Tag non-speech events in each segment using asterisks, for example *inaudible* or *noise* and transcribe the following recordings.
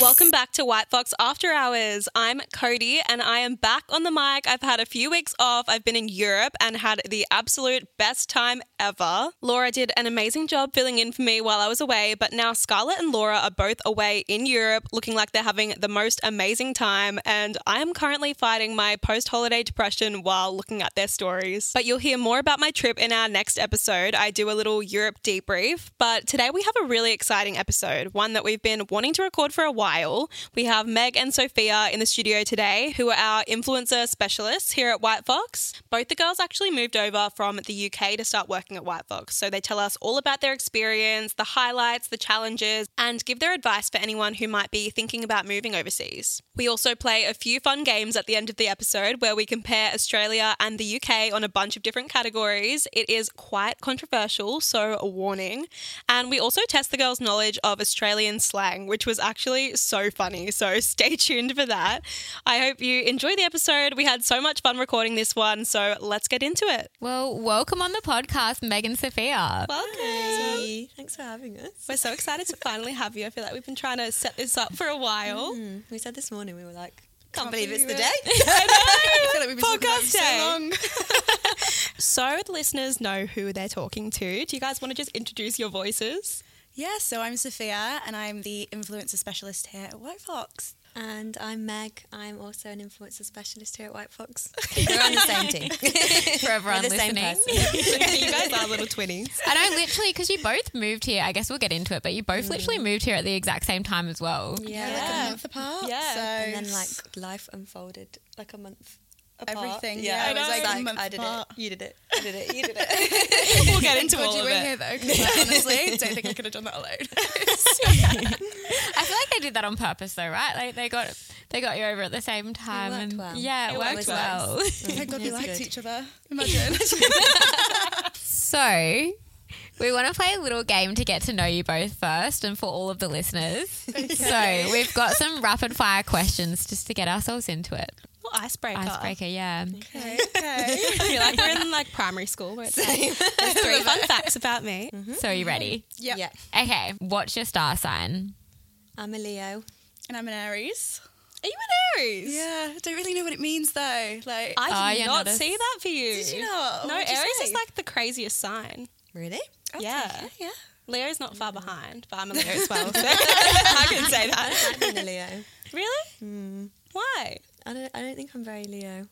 Welcome back to White Fox After Hours. I'm Cody and I am back on the mic. I've had a few weeks off. I've been in Europe and had the absolute best time ever. Laura did an amazing job filling in for me while I was away, but now Scarlett and Laura are both away in Europe looking like they're having the most amazing time. And I am currently fighting my post holiday depression while looking at their stories. But you'll hear more about my trip in our next episode. I do a little Europe debrief, but today we have a really exciting episode, one that we've been wanting to record for a while. We have Meg and Sophia in the studio today, who are our influencer specialists here at White Fox. Both the girls actually moved over from the UK to start working at White Fox, so they tell us all about their experience, the highlights, the challenges, and give their advice for anyone who might be thinking about moving overseas. We also play a few fun games at the end of the episode where we compare Australia and the UK on a bunch of different categories. It is quite controversial, so a warning. And we also test the girls' knowledge of Australian slang, which was actually so funny. So stay tuned for that. I hope you enjoy the episode. We had so much fun recording this one. So let's get into it. Well, welcome on the podcast, Megan Sophia. Welcome. Hey, thanks for having us. We're so excited to finally have you. I feel like we've been trying to set this up for a while. Mm, we said this morning, we were like, Can't can't, believe it's believe the it. day. *laughs* I feel like we've been talking about Podcast it for day. so long. *laughs* So the listeners know who they're talking to. Do you guys want to just introduce your *laughs* voices? Yeah, so I'm Sophia and I'm the influencer specialist here at White Fox. And I'm Meg. I'm also an influencer specialist here at White *laughs* Fox. We're on the same team. *laughs* For everyone We're the same listening. you guys are little twinnies. And I literally, because you both moved here, I guess we'll get into it, but you both literally moved here at the exact same time as well. Yeah. Like a month apart. Yeah. So And then like life unfolded like a month apart. Everything, Yeah, yeah, I it was was like, like a month I did apart. it. You did it. I did it. You did it. *laughs* We'll get into Good all you of were it. here though, 'cause, like, honestly, don't think I could have done that alone. *laughs* I feel like they did that on purpose though, right? Like they got they got you over at the same time. worked and well. Yeah, it, It worked, worked well. Thank God we It's liked good. each other. Imagine. So we want to play a little game to get to know you both first and for all of the listeners. So we've got some rapid fire questions just to get ourselves into it. Well, icebreaker. Icebreaker, yeah. Mm-hmm. okay, okay. *laughs* I feel like we're in like primary school. Where it's like, *laughs* there's three fun facts about me. So are you ready? Yep. Yeah. Okay, what's your star sign? I'm a Leo. And I'm an Aries. Are you an Aries? Yeah, I don't really know what it means though. Like, I Oh, did yeah, not notice. see that for you. Did you not? No, What'd you Aries is say? like the craziest sign. Really? yeah. yeah, yeah. Leo's not far behind, but I'm a Leo as *laughs* well. So I can say that. I'm *laughs* a Leo. Really? Hmm. Mm. Why? I don't. I don't think I'm very Leo.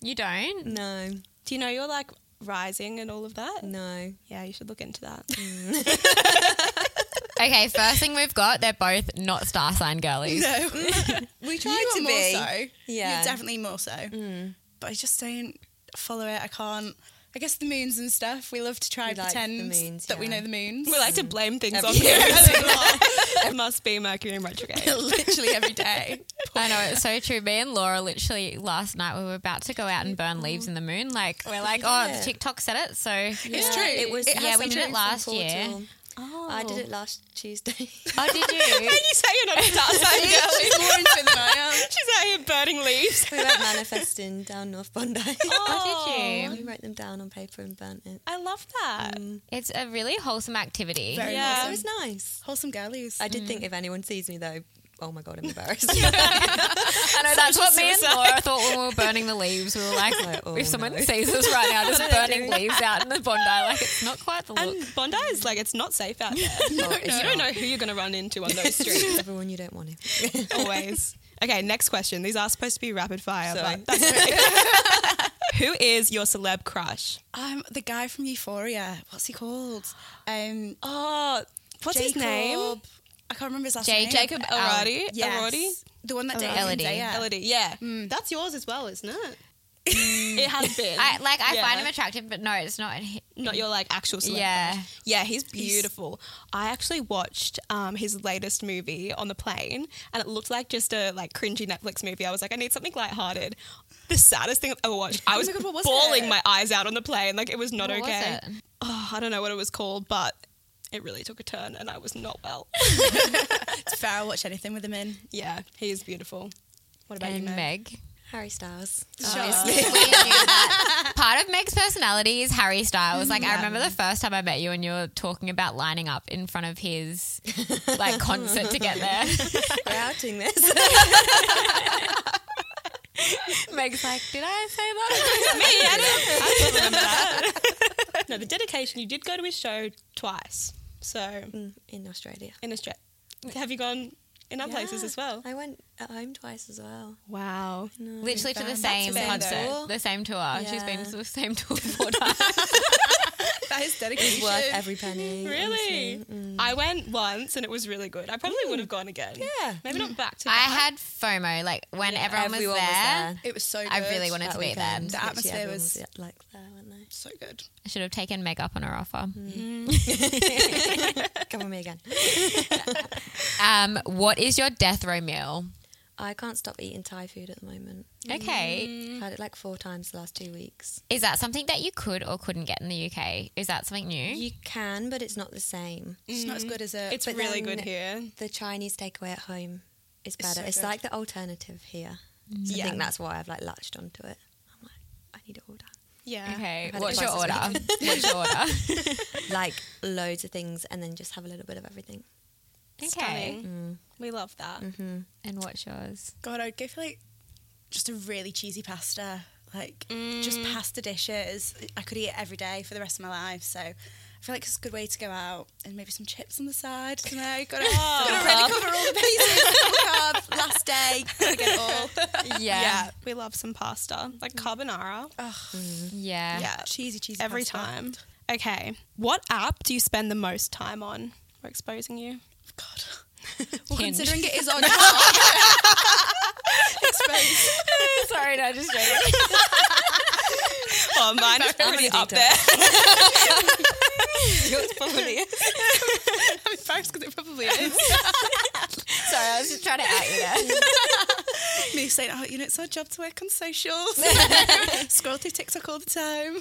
You don't? No. Do you know you're like rising and all of that? No. Yeah, you should look into that. *laughs* Okay, first thing we've got, they're both not star sign girlies. *laughs* *laughs* No, we tried to more be. so. Yeah. Mm. you're definitely more so. But I just don't follow it. I can't. I guess the moons and stuff. We love to try We and like the pretend moons, that we yeah. know the moons. We like to blame things on *laughs* Everything. Leo. *laughs* it must be Mercury in retrograde. literally every day. *laughs* I know, it's so true. Me and Laura literally last night, we were about to go out and burn leaves in the moon. Like, we're like, oh, Yeah. TikTok said it. So, It's true. It was. Yeah, has we did something it from last year. Portal. *laughs* Oh. I did it last Tuesday. *laughs* oh, did *laughs* you? You say you're not a star sign girl. She's more into it than I am. *laughs* She's out here burning leaves. we went manifesting down North Bondi. Oh, did you? We wrote them down on paper and burnt it. I love that. It's a really wholesome activity. Very Yeah. It wholesome. was nice. Wholesome girlies. I did think if anyone sees me though, oh my god, I'm embarrassed. I know that's what me and suicide. Laura thought when we were burning the leaves. We *laughs* were like, Like, oh, if someone no. sees us right now, just burning leaves out in the Bondi, like it's not quite the look. And Bondi is like it's not safe out *laughs* there. you don't know who you're going to run into on those streets. *laughs* Everyone you don't want it. Always. Okay, next question. These are supposed to be rapid fire, Sorry. but that's okay. *laughs* Who is your celeb crush? Um, the guy from Euphoria. What's he called? Um, Oh, what's his name? Jacob- I can't remember his last J- name. Jacob Elrodi. Yes. Elrodi. The one that dated Elodie. Zendaya. Elodie. Yeah, Mm. that's yours as well, isn't it? Mm. it has *laughs* been. I like I Yeah. find him attractive, but no, it's not. Not your like actual celeb Yeah. crush. Yeah, he's beautiful. I actually watched um, his latest movie on the plane, and it looked like just a like cringy Netflix movie. I was like, I need something lighthearted. The saddest thing I've ever watched. I was, my God, what was bawling it? my eyes out on the plane. Like it was not What was okay. it? Oh, I don't know what it was called, but it really took a turn, and I was not *laughs* well. It's fair. I'll watch anything with him in. yeah, he is beautiful. What about And you, Meg? Meg, Harry Styles. Obviously. Part of Meg's personality is Harry Styles. Like Mm-hmm. I remember the first time I met you and you were talking about lining up in front of his like concert to *laughs* get there. *laughs* *laughs* We're outing this. Meg's like, did I say that? Me, I don't remember that. no, the dedication, you did go to his show twice. So Um, In Australia. in Australia. Have you gone in other places Yeah. as well? I went at home twice as well. Wow. Literally to the That's a same bit concert, though. the same tour. She's been Yeah. to the same *laughs* tour four times. That is It's dedication. worth *laughs* every penny. Really? Mm. I went once and it was really good. I probably would have gone again. Yeah. Maybe not back to I back. had FOMO. Like when everyone, was there, Everyone was there. It was so good. I really wanted to be there. weekend. The Literally atmosphere everyone was- like there, weren't they? *laughs* So good. I should have taken Meg up on her offer. Mm. Come on me again. Um, what is your death row meal? I can't stop eating Thai food at the moment. Mm. Okay, Had it like four times the last two weeks. is that something that you could or couldn't get in the UK? Is that something new? You can, but it's not the same. It's not as good as it. It's but really then- good here. The Chinese takeaway at home is better. so It's, good. like the alternative here. So Yeah. I think that's why I've like latched onto it. I'm like, I need to order. Yeah. Okay, I've had what's it your twice order? *laughs* this What's your order? like loads of things and then just have a little bit of everything. Okay, Stunning. We love that. and what's yours? God, I'd go for like just a really cheesy pasta. Like just pasta dishes. I could eat it every day for the rest of my life. So I feel like it's a good way to go out and maybe some chips on the side. You *laughs* know, got to really cover all the bases. Carb, last day, gotta get it all. Yeah, Yeah. yeah. We love some pasta, like Mm. carbonara. Oh, *laughs* Yeah. Cheesy, cheesy. Every pasta. time. Okay. What app do you spend the most time on? We're exposing you. God. Well, Hinge. considering it is on Sorry, no, just joking. Oh, mine is pretty gonna up do there. Yours probably is. I'm embarrassed because it *laughs* probably is. Sorry, I was just trying to out you there. Me saying, oh, you know, it's our job to work *laughs* on socials. Scroll through TikTok all the time.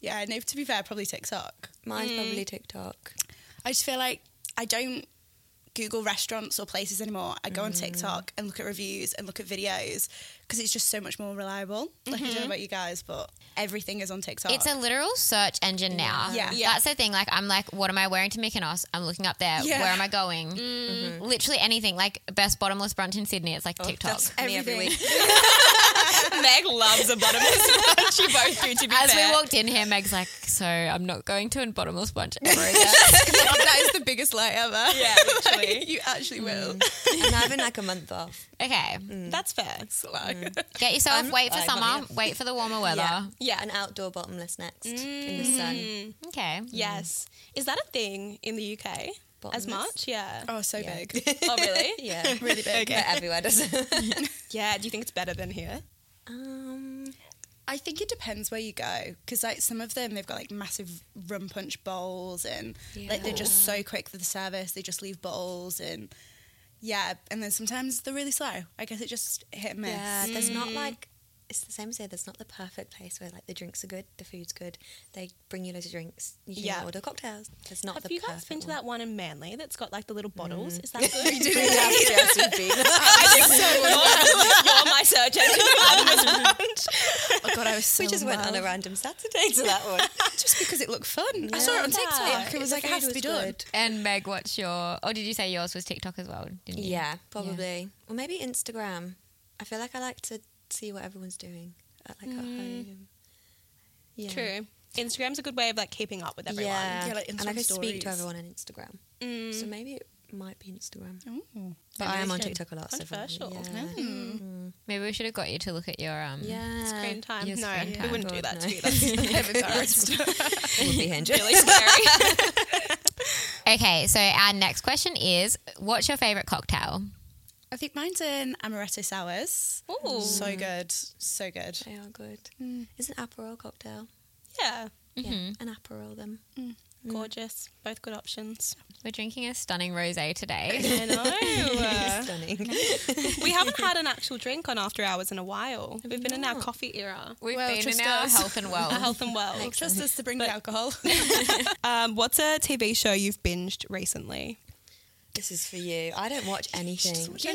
yeah, no, to be fair, probably TikTok. Mine's probably TikTok. I just feel like I don't Google restaurants or places anymore. I go on Mm. TikTok and look at reviews and look at videos because it's just so much more reliable. Like, I don't know about you guys, but everything is on TikTok. Mm-hmm. It's a literal search engine now. Yeah. Yeah. That's the thing. Like, I'm like, what am I wearing to Mykonos? I'm looking up there. Yeah. Where am I going? Literally anything. Like, best bottomless brunch in Sydney. It's like TikTok. that's Me every everything. week. *laughs* Meg loves a bottomless brunch. You both do, to be As fair. we walked in here, Meg's like, so I'm not going to a bottomless brunch ever *laughs* again. that is the biggest lie ever. yeah, literally. You actually will. Mm. I'm having like a month off. okay. That's *laughs* fair. It's a lie. Get yourself, wait for like, summer, not wait for the warmer weather. Yeah. An outdoor bottomless next in the sun. Mm. Okay. Yes. Is that a thing in the UK? As Bottomless? much? Yeah. *laughs* Oh, so Yeah. big. *laughs* Oh, really? Yeah. *laughs* really big. But everywhere does it. *laughs* *laughs* Yeah. Do you think it's better than here? um, I think it depends where you go because like some of them they've got like massive rum punch bowls and like they're just so quick for the service they just leave bowls and yeah and then sometimes they're really slow. I guess it just hit and miss. yeah, *laughs* *laughs* there's not like it's the same as here. There's not the perfect place where like the drinks are good, the food's good. They bring you loads of drinks. You can Yeah. order cocktails. There's not Have the you guys perfect been to one. that one in Manly that's got like the little bottles? *laughs* Is that good? You do yes, Oh, yes, we've *laughs* been. you're, you're my search engine bottomless brunch. Oh god, I was so We just went on a low. random Saturday to that one. just because it looked fun. I saw it on TikTok. It was The like it food has to was be done. good. *laughs* And Meg, what's your, oh, did you say yours was TikTok as well? Didn't you? *laughs* Yeah, probably. Or maybe Instagram. I feel like I like to see what everyone's doing at like at home. *laughs* Yeah. True. Instagram's a good way of like keeping up with everyone. Yeah. Yeah, like and Instagram I can speak stories. to everyone on Instagram. So maybe it might be Instagram. But Maybe I am we on should. TikTok a lot. so probably- Controversial. yeah. Maybe we should have got you to look at your, um, yeah. Screen time. Yes, no, screen we time. wouldn't do God, that no. to you. That's *laughs* Embarrassed. Would be hinge. really scary. Okay, so our next question is what's your favorite cocktail? I think mine's in amaretto sours. Ooh. So good, so good. They are good. Mm. It's an Aperol cocktail. Yeah. Mm-hmm. Yeah, Mm-hmm. an Aperol them. Gorgeous. Both good options. We're drinking a stunning *laughs* rosé today. *laughs* I know. *laughs* Stunning. we haven't had an actual drink on After Hours in a while. We've been in our coffee era. We've Well, been in trust our us. health and Our well. health *laughs* and well. Trust us *laughs* to bring the alcohol. Um, what's a TV show you've binged recently? This is for you. I don't watch anything. You're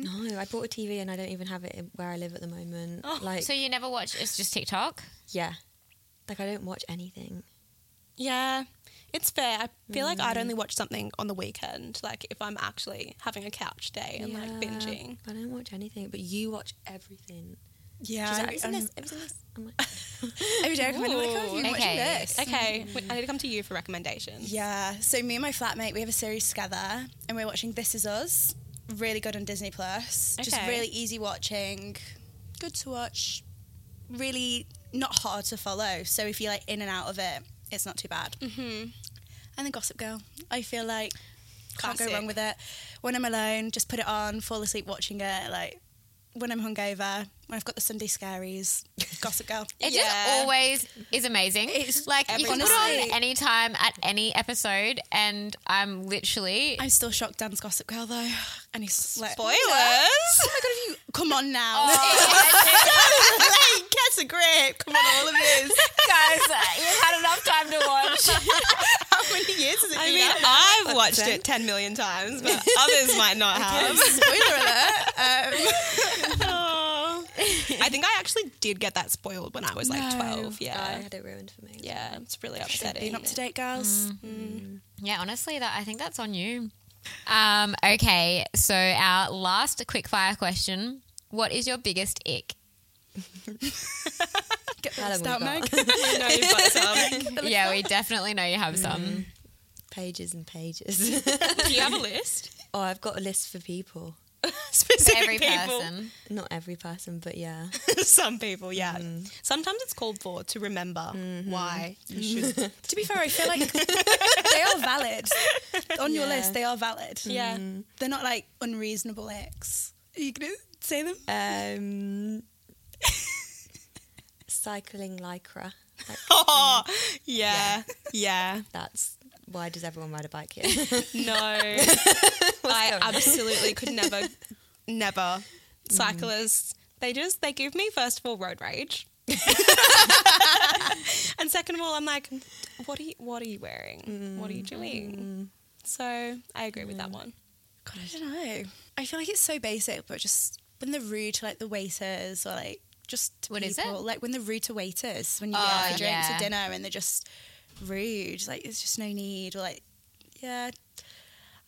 not. No, I bought a TV and I don't even have it in- where I live at the moment. like, So you never watch? It's just TikTok. yeah. Like, I don't watch anything. Yeah, it's fair. I feel like I'd only watch something on the weekend, like if I'm actually having a couch day and like Yeah, binging. I don't watch anything, but you watch everything. Yeah. She's I- like, have you seen um, this? Have you seen this? *laughs* I'm like, every day I come in, I'm like, oh, Ooh. you're watching Okay. this. Okay, wait, I need to come to you for recommendations. Yeah. So me and my flatmate, we have a series together, and we're watching This Is Us. Really good on Disney Plus. Just Okay. really easy watching, good to watch, really not hard to follow. So if you're like in and out of it, it's not too bad. Mm-hmm. And then Gossip Girl. I feel like can't Classic. go wrong with it. When I'm alone, just put it on, fall asleep watching it. Like when I'm hungover, when I've got the Sunday scaries, Gossip Girl. *laughs* It Yeah. just always is amazing. It's like you can put it everything. on any time at any episode, and I'm literally. I'm still shocked Dan's Gossip Girl though. And he's like, Spoilers. Oh my god, have you come on now. Oh. *laughs* like, get a grip. Come on, all of this. guys, you've had enough time to watch. How many years has it I been mean, out? I've watched it 10 million times, but others might not have. *laughs* Spoiler alert. Aw. *laughs* I think I actually did get that spoiled when I was like 12. I Yeah. had it ruined for me. Yeah, it's really Being upsetting. up *laughs* to date, girls. Mm. Yeah, honestly, that I think that's on you. Um, okay, so our last quickfire question: What is your biggest ick? Get How the long start, we Meg. got? *laughs* I know you've got some. yeah, we definitely know you have some. Pages and *laughs* pages. Do you have a list? oh, I've got a list for people. *laughs* Specific Every Mm-hmm. *laughs* people. person. Not every person, but yeah. *laughs* some people, yeah. Sometimes it's called for to remember why you should. *laughs* To be fair, I *laughs* feel like they are valid. On your Yeah. list, they are valid. Mm. yeah. They're not like unreasonable ex. Are you going to say them? Um, *laughs* cycling lycra. Like, Oh, yeah. Yeah. that's why does everyone ride a bike *laughs* here? No. I absolutely could never, never. Cyclists, they just, they give me, first of all, road rage. *laughs* and second of all, I'm like, what are you, what are you wearing? What are you doing? So I agree with that one. God, I don't know. I feel like it's so basic, but just when they're rude to like the waiters or like just to What is people, it? like when they're rude to waiters when you Oh, get for drinks yeah. or dinner and they're just rude, like there's just no need or like yeah.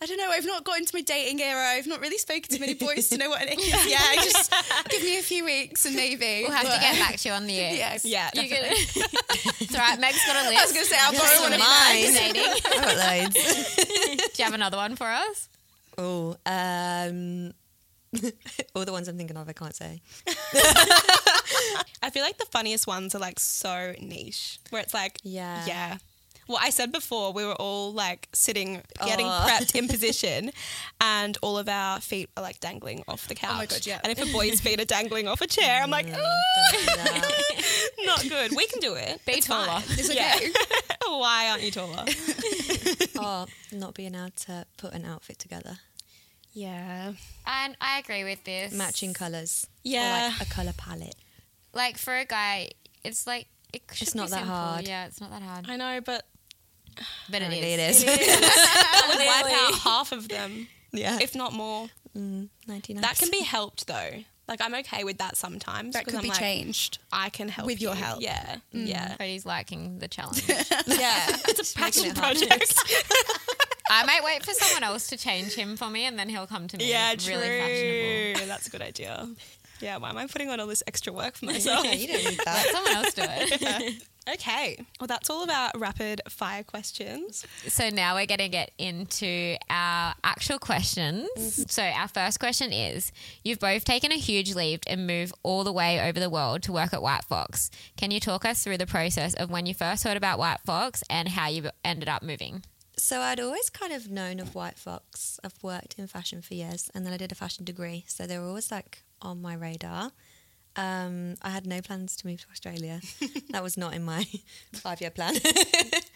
I don't know. I've not got into my dating era. I've not really spoken to many boys to know what it is. *laughs* Yeah, just give me a few weeks and maybe. We'll have to But- get back to you on the ick. *laughs* Yeah, Yeah. You can- *laughs* it's all right. Meg's got a list. I was gonna say I'll borrow one of mine. Fascinating. *laughs* I've got loads. Do you have another one for us? Oh, um, *laughs* all the ones I'm thinking of, I can't say. I feel like the funniest ones are like so niche, where it's like, Yeah. yeah. Well, I said before we were all like sitting, getting Oh. prepped *laughs* in position, and all of our feet are like dangling off the couch. Oh my God, yeah. And if a boy's feet are dangling off a chair, I'm like, oh, Don't do that. *laughs* not good. We can do *laughs* it. Be It's fine. taller. It's Yeah. *laughs* okay. Why aren't you *laughs* taller? Oh, not being able to put an outfit together, Yeah. And I agree with this. matching colours. Yeah. or like a colour palette. Like for a guy, it's like it should not be that simple. hard. Yeah, it's not that hard. I know, *laughs* but But it is. Apparently It is. I would wipe out half of them, *laughs* yeah, Mm, if not more. ninety-nine. That *laughs* can be helped though. Like, I'm okay with that sometimes. That 'cause could I'm be like, changed. I can help With your you. help. Mm. Yeah. Yeah. Cody's liking the challenge. *laughs* Yeah, it's a passion *laughs* project. I might wait for someone else to change him for me, and then he'll come to me. yeah, It's true. Really fashionable. That's a good idea. Yeah, why am I putting on all this extra work for myself? *laughs* Yeah, you don't need that. Let someone else do it. okay, well, that's all about rapid fire questions. So now we're going to get into our actual questions. Mm-hmm. So our first question is: You've both taken a huge leap and moved all the way over the world to work at White Fox. Can you talk us through the process of when you first heard about White Fox and how you ended up moving? So I'd always kind of known of White Fox. I've worked in fashion for years, and then I did a fashion degree, so they were always like on my radar. Um, I had no plans to move to Australia. that was not in my *laughs* five-year plan. *laughs*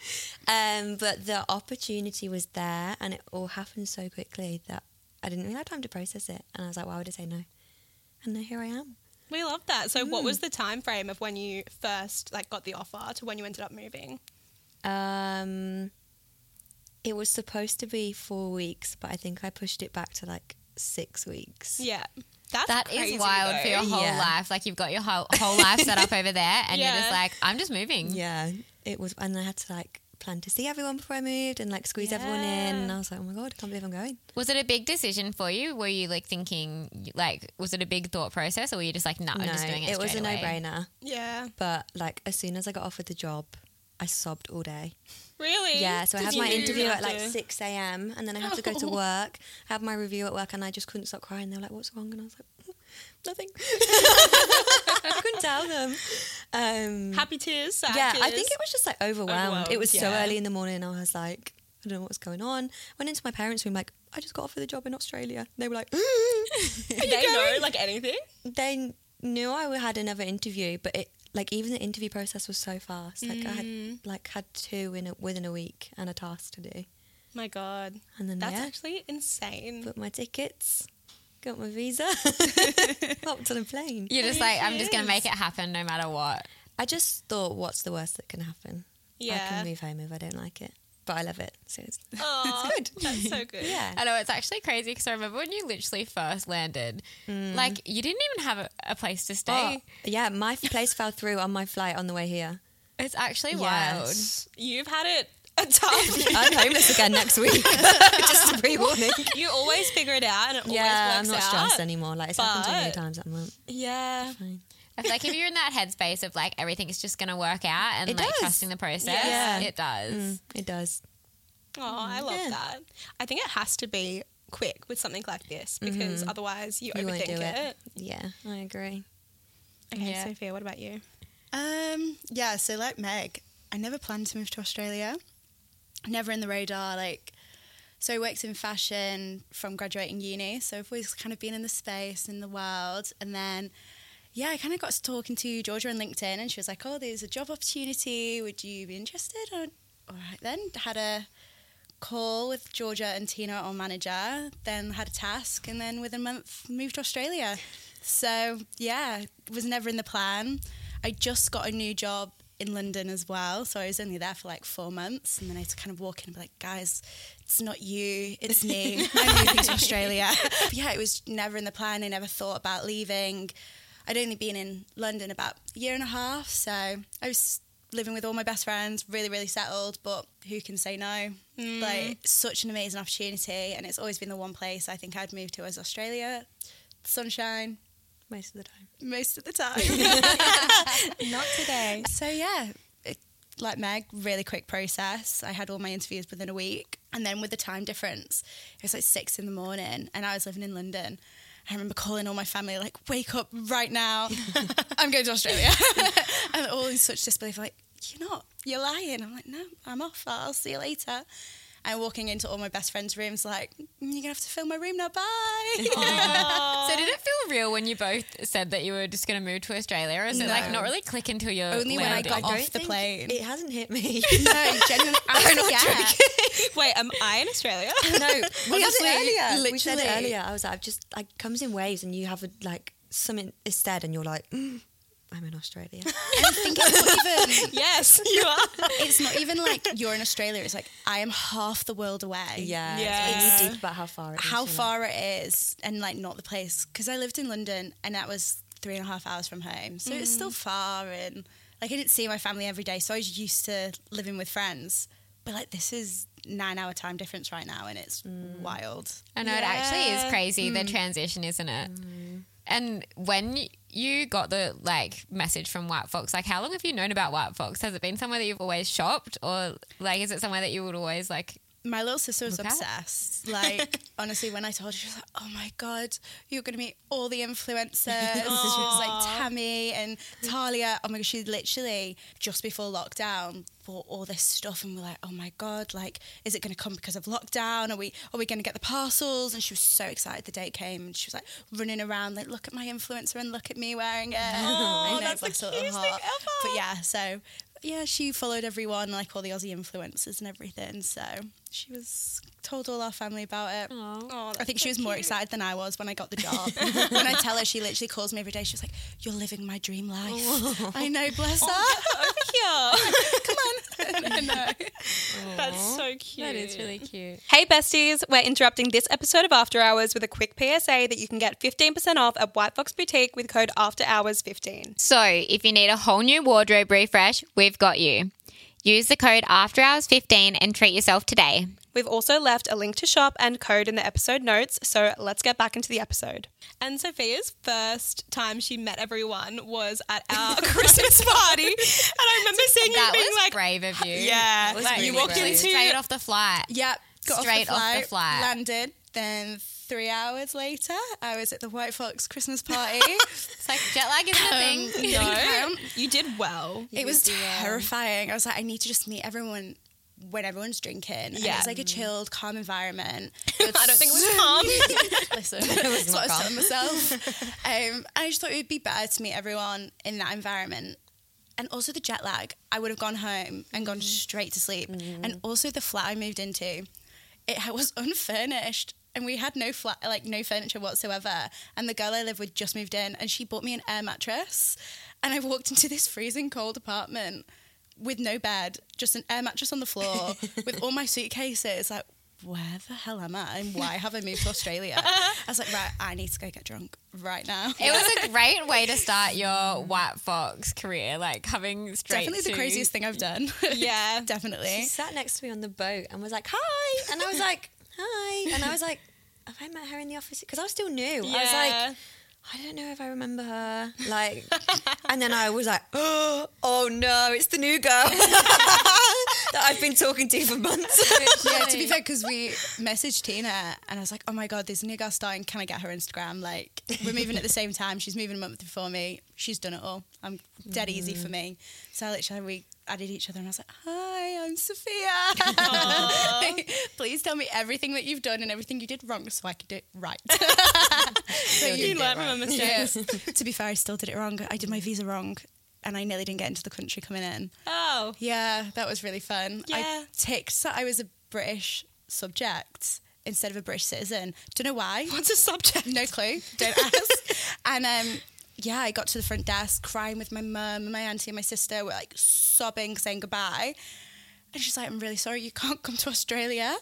um, but the opportunity was there, and it all happened so quickly that I didn't really have time to process it. And I was like, "Why would I say no?" And now here I am. We love that. So, what Mm. was the time frame of when you first like got the offer to when you ended up moving? Um, It was supposed to be four weeks, but I think I pushed it back to like six weeks. Yeah. That's That is crazy, wild for though. your whole Yeah. life. Like you've got your whole whole life set up over there, and you're Yeah. just like, I'm just moving. Yeah, it was, and I had to like plan to see everyone before I moved and like squeeze everyone in. And I was like, oh my god, I can't believe I'm going. Was it a big decision for you? Were you like thinking, like, was it a big thought process, or were you just like, nah, I'm just doing it? it was a straight away? no-brainer. Yeah. But like as soon as I got offered the job, I sobbed all day. Eh? Really? Yeah, so I Did had you my really interview have at like to- 6 a.m. and then I had to go *laughs* to Oh. work. I had my review at work and I just couldn't stop crying. They were like, What's wrong? And I was like, "Mm, Nothing. *laughs* I couldn't tell them. Um, Happy tears, sad yeah, tears. I think it was just like overwhelmed. Overwhelmed, It was so yeah. early in the morning. I was like, I don't know what's going on. Went into my parents' room, like, I just got offered the job in Australia. They *laughs* were like, *laughs* Did They they know know. like anything? they knew I had another interview, but it like even the interview process was so fast. Like I had Mm. like had two in a, within a week and a task to do, My God. and then That's yeah, actually insane. booked my tickets, got my *laughs* visa, hopped on a plane. You're *laughs* Yes, just like, I'm it just gonna is. make it happen no matter what. I just thought, what's the worst that can happen? I Yeah. can move home if I don't like it, but I love it. So it's, *laughs* Aw, it's good. That's so good. Yeah. I know it's actually crazy because I remember when you literally first landed, Hmm. like you didn't even have a, a place to stay. But, yeah, my f- place fell through on my flight on the way *laughs* here. It's actually wild. *laughs* Yes. You've had it a *laughs* tough year. I'm homeless again next *laughs* week. Just a pre-warning. You always figure it out and it Yeah, I'm always not works out. stressed anymore. Like it's happened to me many but- times. I'm like, Yeah. fine. I feel like if you're in that headspace of like everything's just gonna work out and It like does. trusting the process, Yeah. it does. Hmm. Mm, it does. Oh, I love Yeah. that. I think it has to be quick with something like this because otherwise Mm-hmm. you, You won't overthink do it. it. Yeah, I agree. Okay, Yeah. Sophia, what about you? Um, yeah, so like Meg, I never planned to move to Australia. Never in the radar, like so he works in fashion from graduating uni, so I've always kind of been in the space, in the world, and then yeah, I kind of got to talking to Georgia on LinkedIn, and she was like, "Oh, there's a job opportunity. Would you be interested?" And I- all right, then had a call with Georgia and Tina, our manager. Then had a task, and then within a month moved to Australia. So yeah, was never in the plan. I just got a new job in London as well, so I was only there for like four months, and then I had to kind of walk in and be like, "Guys, it's not you, it's me. I'm moving to Australia." But yeah, it was never in the plan. I never thought about leaving. I'd only been in London about a year and a half, so I was living with all my best friends, really, really settled, but who can say no? Like, such an amazing opportunity, and it's always been the one place I think I'd move to as Australia. Sunshine Most of the time. most of the *laughs* time. Not today. so, yeah, it, like Meg, really quick process. I had all my interviews within a week, and then with the time difference, it was like six in the morning, and I was living in London. I remember calling all my family, like, wake up right *laughs* now. I'm going to Australia. *laughs* and all in such disbelief, like, you're not, you're lying. I'm like, no, I'm off. I'll see you later. And walking into all my best friends' rooms, like, "Mm, you're going to have to fill my room now. Bye. *laughs* So did it feel real when you both said that you were just gonna move to Australia, or is it like No. not really click until you're Only when I landed? got I off don't the think- plane. It hasn't hit *laughs* me. no, genuinely, I *laughs* forget. Wait, am I in *laughs* Australia? no, we honestly, Literally. We said it literally. earlier. I was like, I've just like comes in waves, and you have a, like something is said, and you're like, mm, I'm in *laughs* Australia. I think *laughs* it's not even yes, you are. it's not even like you're in Australia. It's like I am half the world away. yeah, Yeah. It's you deep about how far. It is, How you're like, far it is and like not the place because I lived in London and that was three and a half hours from home, so it's still far and like I didn't see my family every day, so I was used to living with friends. But like this is nine hour time difference right now, and it's wild. I know it actually is Yeah. Hmm. crazy the transition, isn't it? And when you got the like message from White Fox, like how long have you known about White Fox? Has it been somewhere that you've always shopped, or like is it somewhere that you would always like? My little sister was Look out. obsessed. Like, honestly, when I told her, she was like, oh my God, you're going to meet all the influencers. She was like Tammy and Talia. Oh my God, she literally, just before lockdown, bought all this stuff and we're like, oh my God, like, is it going to come because of lockdown? Are we are we going to get the parcels? And she was so excited the day came and she was like running around, like, look at my influencer and look at me wearing it. I know, Oh, that's the bless her little cutest thing heart. ever. But yeah, so yeah, she followed everyone, like all the Aussie influencers and everything. So she was told all our family about it. Oh, I think she was more excited than I was when I got *laughs* the job. when I tell her, she literally calls me every day. She's like, Oh. *laughs* "You're living my dream life." I know, bless her. over here. Come on. That's so cute. That is Mm. really cute. Hey besties, we're interrupting this episode of After Hours with a quick PSA that you can get 15% off at White Fox Boutique with code After Hours 15 So, if you need a whole new wardrobe refresh, we've got you. Use the code AfterHours15 and treat yourself today. We've also left a link to shop and code in the episode notes, so let's get back into the episode. And Sophia's first time she met everyone was at *laughs* our Christmas party. And *laughs* I remember seeing you That being was like, brave of you. Yeah, That was like, you really walked brave. into- straight off the flight. *laughs* Yep. Got Straight off the off the flight, flight. Landed. Then three hours later, I was at the White *laughs* Fox Christmas party. It's like jet lag is a thing. Um, *laughs* no, um, you did *laughs* well. it was terrifying. I was like, I need to just meet everyone when everyone's drinking. And Yeah. it was like a chilled, calm environment. I don't think it was calm. *laughs* Listen, that's not what I was telling myself. um, I just thought it would be better to meet everyone in that environment. And also the jet lag. I would have gone home and gone straight to sleep. And also the flat I moved into, it was unfurnished. And we had no flat, like no furniture whatsoever. And the girl I live with just moved in, and she bought me an air mattress. And I walked into this freezing cold apartment with no bed, just an air mattress on the floor, with all my suitcases. Like, where the hell am I? And why have I moved to Australia? I was like, right, I need to go get drunk right now. It was a great way to start your White Fox career, like coming straight Definitely to- the craziest thing I've done. Yeah. *laughs* Definitely. She sat next to me on the boat and was like, "Hi," and I *laughs* was like, "Hi," and I was like, "Have I met her in the office?" Because I was still new. I was Yeah. like, "I don't know if I remember her." Like, and then I was like, *gasps* "Oh no, it's the new girl *laughs* that I've been talking to for *laughs* months." *laughs* yeah, to be fair, because we messaged Tina and I was like, oh my God, there's a new girl starting. Can I get her Instagram? Like, we're moving at the same time. She's moving a month before me. She's done it all. I'm dead easy for me. So literally, we added each other and I was like, hi, I'm Sophia. *laughs* Please tell me everything that you've done and everything you did wrong so I could do it *laughs* right. so You learn from a mistake. Yes. to be fair, I still did it wrong. I did my visa wrong and I nearly didn't get into the country coming in. Oh. Yeah, that was really fun. Yeah. I ticked that I was a British subject instead of a British citizen. Don't know why. What's a subject? No clue. *laughs* Don't ask. and um, yeah, I got to the front desk crying with my mum and my auntie and my sister were like sobbing, saying goodbye. And she's like, I'm really sorry you can't come to Australia.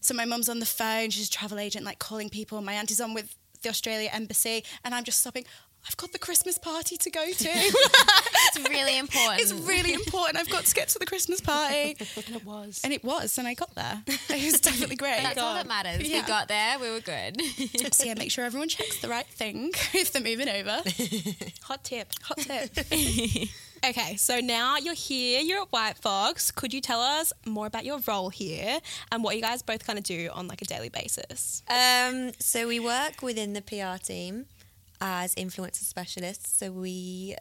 So my mum's on the phone, she's a travel agent, like calling people. My auntie's on with the Australia embassy, and I'm just sobbing. I've got the Christmas party to go to. *laughs* It's *laughs* really important. It's really important. I've got to get to the Christmas party. And *laughs* it was. And it was. And I got *laughs* there. It was definitely great. That's *laughs* all that matters. Yeah. We got there. We were good. *laughs* so yeah, make sure everyone checks the right thing *laughs* if they're moving *laughs* over. Hot tip. Hot *laughs* tip. Okay, so now you're here, you're at White Fox. Could you tell us more about your role here and what you guys both kind of do on like a daily basis? Um, so we work within the PR team as influencer specialists. So we,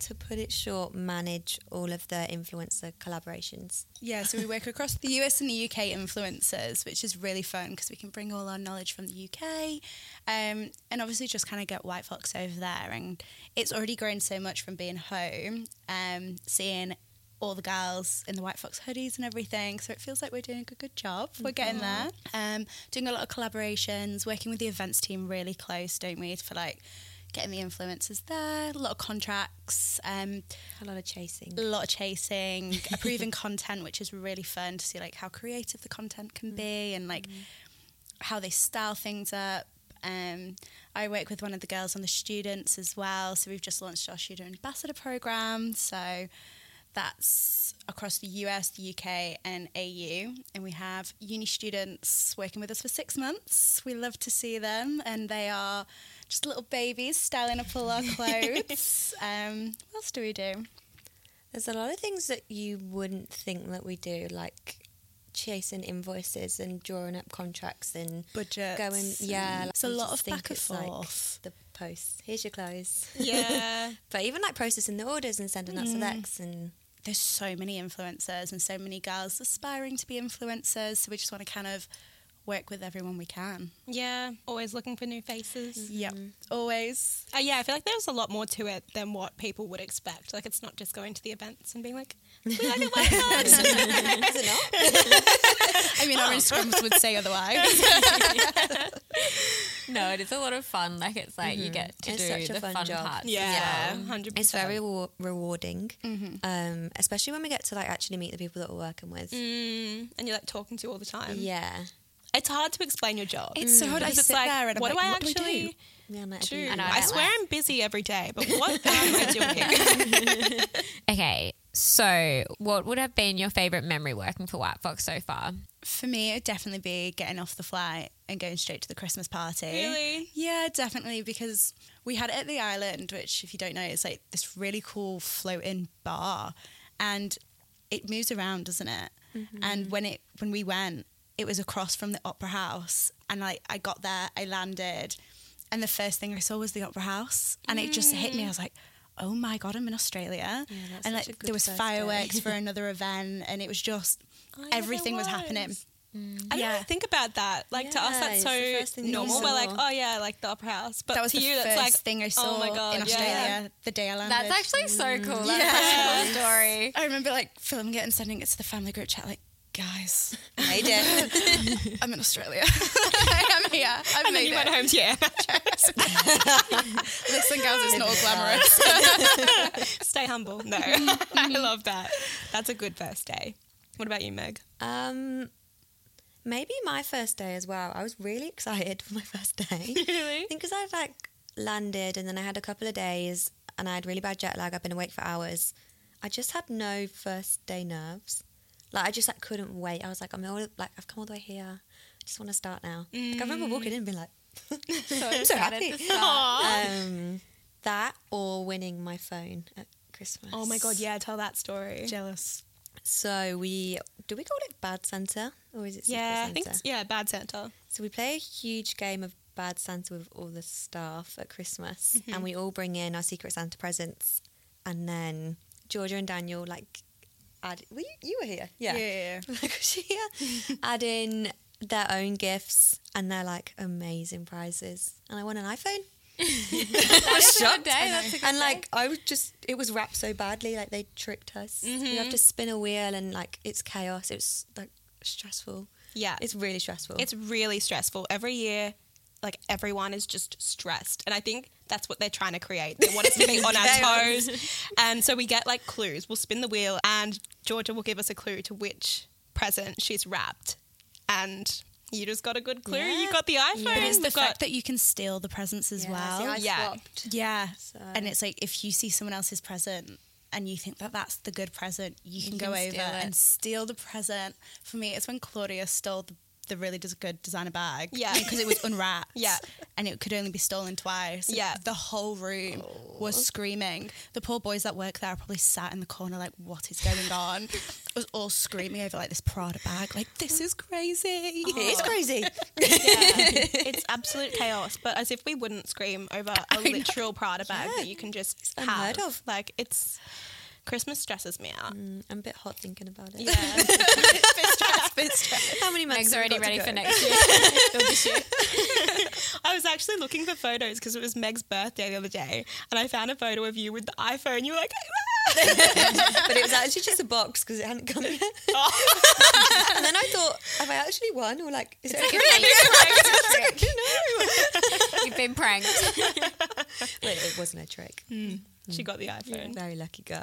to put it short, manage all of the influencer collaborations. Yeah, so we work across the US and the UK influencers, which is really fun because we can bring all our knowledge from the UK um, and obviously just kind of get White Fox over there. And it's already grown so much from being home, um, seeing all the girls in the White Fox hoodies and everything. So it feels like we're doing a good job. We're getting there. Um, doing a lot of collaborations, working with the events team really close, don't we, for like getting the influencers there, a lot of contracts. Um, A lot of chasing. a lot of chasing, approving content, which is really fun to see like how creative the content can be and like how they style things up. Um, I work with one of the girls on the students as well, so we've just launched our student ambassador program. So that's across the US, the UK, and AU, and we have uni students working with us for six months. We love to see them, and they are just little babies styling up all our clothes. um, what else do we do? There's a lot of things that you wouldn't think that we do, like chasing invoices and drawing up contracts and budget going. Yeah, like, it's a you lot just of think back and it's like forth. the post. Here's your clothes. Yeah. But even like processing the orders and sending out selects and There's so many influencers and so many girls aspiring to be influencers, so we just want to kind of work with everyone we can. *laughs* Mm. yeah. Always looking for new faces. Yeah, always. Uh, yeah, I feel like there's a lot more to it than what people would expect. Like, it's not just going to the events and being like, we like the White Fox. is it not? *laughs* I mean, our Instagrams would say otherwise. *laughs* No, it is a lot of fun. Like it's like you get to It's do such a the fun fun, job. parts. Yeah, hundred It's percent. very rewar- rewarding, um, especially when we get to like actually meet the people that we're working with. Mm, and you're like talking to all the time. Yeah, It's hard to explain your job. It's so hard. I Because it's sit like, there and I'm what like, do I what do I actually do? yeah, like, do? I know, I, I don't swear like- I'm busy every day, but what am I doing? *laughs* Okay, so what would have been your favorite memory working for White Fox so far? For me, it'd definitely be getting off the flight and going straight to the Christmas party. Really? Yeah, definitely. Because we had it at the island, which, if you don't know, it's like this really cool floating bar, and it moves around, doesn't it? Mm-hmm. And when it when we went, it was across from the opera house, and like I got there, I landed, and the first thing I saw was the opera house, and it just hit me. I was like. Oh my god, I'm in Australia, Mm. Yeah, that's such and like a good there was first day. *laughs* fireworks for another event, and it was just yeah, there everything was happening. was. I don't Yeah. really think about that. Like to us, Yeah, that's it's the so first thing that you normal. We're saw. like, oh yeah, like the opera house. But that was to the you, first that's like thing I saw oh my God, yeah. in Australia the day I landed. That's actually so cool. That's such a cool *laughs* story. I remember like filming it and sending it to the family group chat, like, guys, made it. I'm in Australia. *laughs* I am here. I've And then made you it. went home to your Listen, guys, it's not all glamorous. Stay humble. No, *laughs* I love that. That's a good first day. What about you, Meg? um, maybe my first day as well. I was really excited for my first day. *laughs* Really? I think because I'd like landed and then I had a couple of days and I had really bad jet lag. I'd been awake for hours. I just had no first day nerves. Like I just like couldn't wait. I was like, I'm all like I've come all the way here. I just want to start now. Like, I remember walking in and being like, *laughs* I'm so excited happy. *laughs* to start. Um, that or winning my phone at Christmas. Oh my God, yeah, tell that story. Jealous. So we do we call it bad Santa or is it Secret Yeah, I Santa? think it's- yeah, bad Santa. So we play a huge game of Bad Santa with all the staff at Christmas, and Mm-hmm. we all bring in our Secret Santa presents, and then Georgia and Daniel like add. Were you, you were here? Yeah. *laughs* Was she here? add in their own gifts, and they're like amazing prizes, and I won an *laughs* iPhone. That is a good day. That's a good And day. like I was just, it was wrapped so badly. Like they tricked us. We have to spin a wheel, and like it's chaos. It's like stressful. Yeah, It's really stressful. It's really stressful. Every year, like everyone is just stressed. And I think that's what they're trying to create. They want us to be on our Chaos. toes. *laughs* And so we get like clues. We'll spin the wheel and Georgia will give us a clue to which present she's wrapped. And you just got a good clue. You Yeah. got the iPhone. But it's the We've got- fact that you can steal the presents as Yeah, well. see, I yeah. swapped. yeah. So- And it's like if you see someone else's present and you think that that's the good present, you can go can over steal it. and steal the present. For me, it's when Claudia stole the, the really des- good designer bag. *laughs* Yeah. Because it was unwrapped. Yeah. And it could only be stolen twice. And Yeah. The whole room was screaming. The poor boys that work there probably sat in the corner like, what is going on? It was all screaming over like this Prada bag. Like, this is *laughs* crazy. It is *laughs* crazy. it's absolute chaos. But as if we wouldn't scream over a literal Prada bag that you can just unheard have. of. Mm. Like it's Christmas stresses me out. I'm a bit hot thinking about it. *laughs* How many Meg's already ready for next year. I was actually looking for photos because it was Meg's birthday the other day, and I found a photo of you with the iPhone. You were like, but it was actually just a box because it hadn't come *laughs* yet. oh. And then I thought, have I actually won? Or like, is it a *laughs* *laughs* You've been pranked. Wait, it wasn't a trick. she got the iPhone. Very lucky *laughs* girl.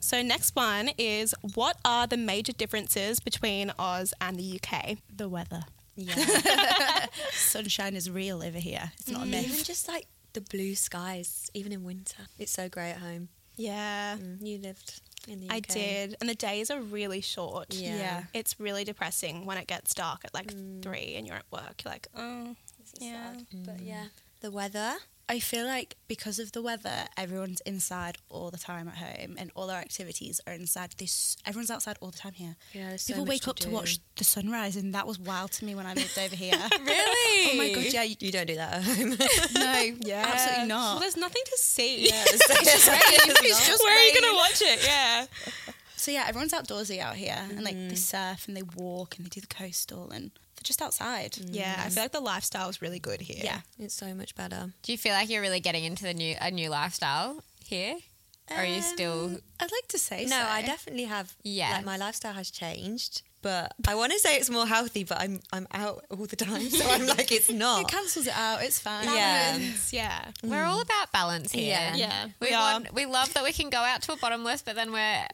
So next one is what are the major differences between Oz and the UK? The weather. yeah. Sunshine is real over here. It's not a myth. Even just like the blue skies, even in winter, it's so grey at home. Yeah, Mm, You lived in the UK. I did, and the days are really short. Yeah. Yeah. It's really depressing when it gets dark at like three and you're at work. You're like, oh, This is Yeah. sad. But yeah, the weather. I feel like because of the weather, everyone's inside all the time at home, and all our activities are inside. This everyone's outside all the time here. Yeah, there's so People much wake to up to do. watch the sunrise, and that was wild to me when I lived over here. *laughs* really? Oh my god, yeah, you, you don't do that at *laughs* home. no, *laughs* yeah, absolutely Well, not. there's nothing to see. *laughs* It's Where are you gonna watch it? Yeah. So yeah, everyone's outdoorsy out here, and like Mm-hmm. they surf and they walk and they do the coastal, and they're just outside. Yeah, I feel like the lifestyle is really good here. Yeah. It's so much better. Do you feel like you're really getting into the new a new lifestyle here? or are you still I'd like to say No, so. I definitely have. Yeah. like, my lifestyle has changed, but I want to say it's more healthy, but I'm I'm out all the time, so I'm like *laughs* it's It not. cancels it out. It's fine. Yeah. Balance, yeah. We're all about balance here. Yeah. Yeah, We, we are. want, we love that we can go out to a bottomless, but then we're,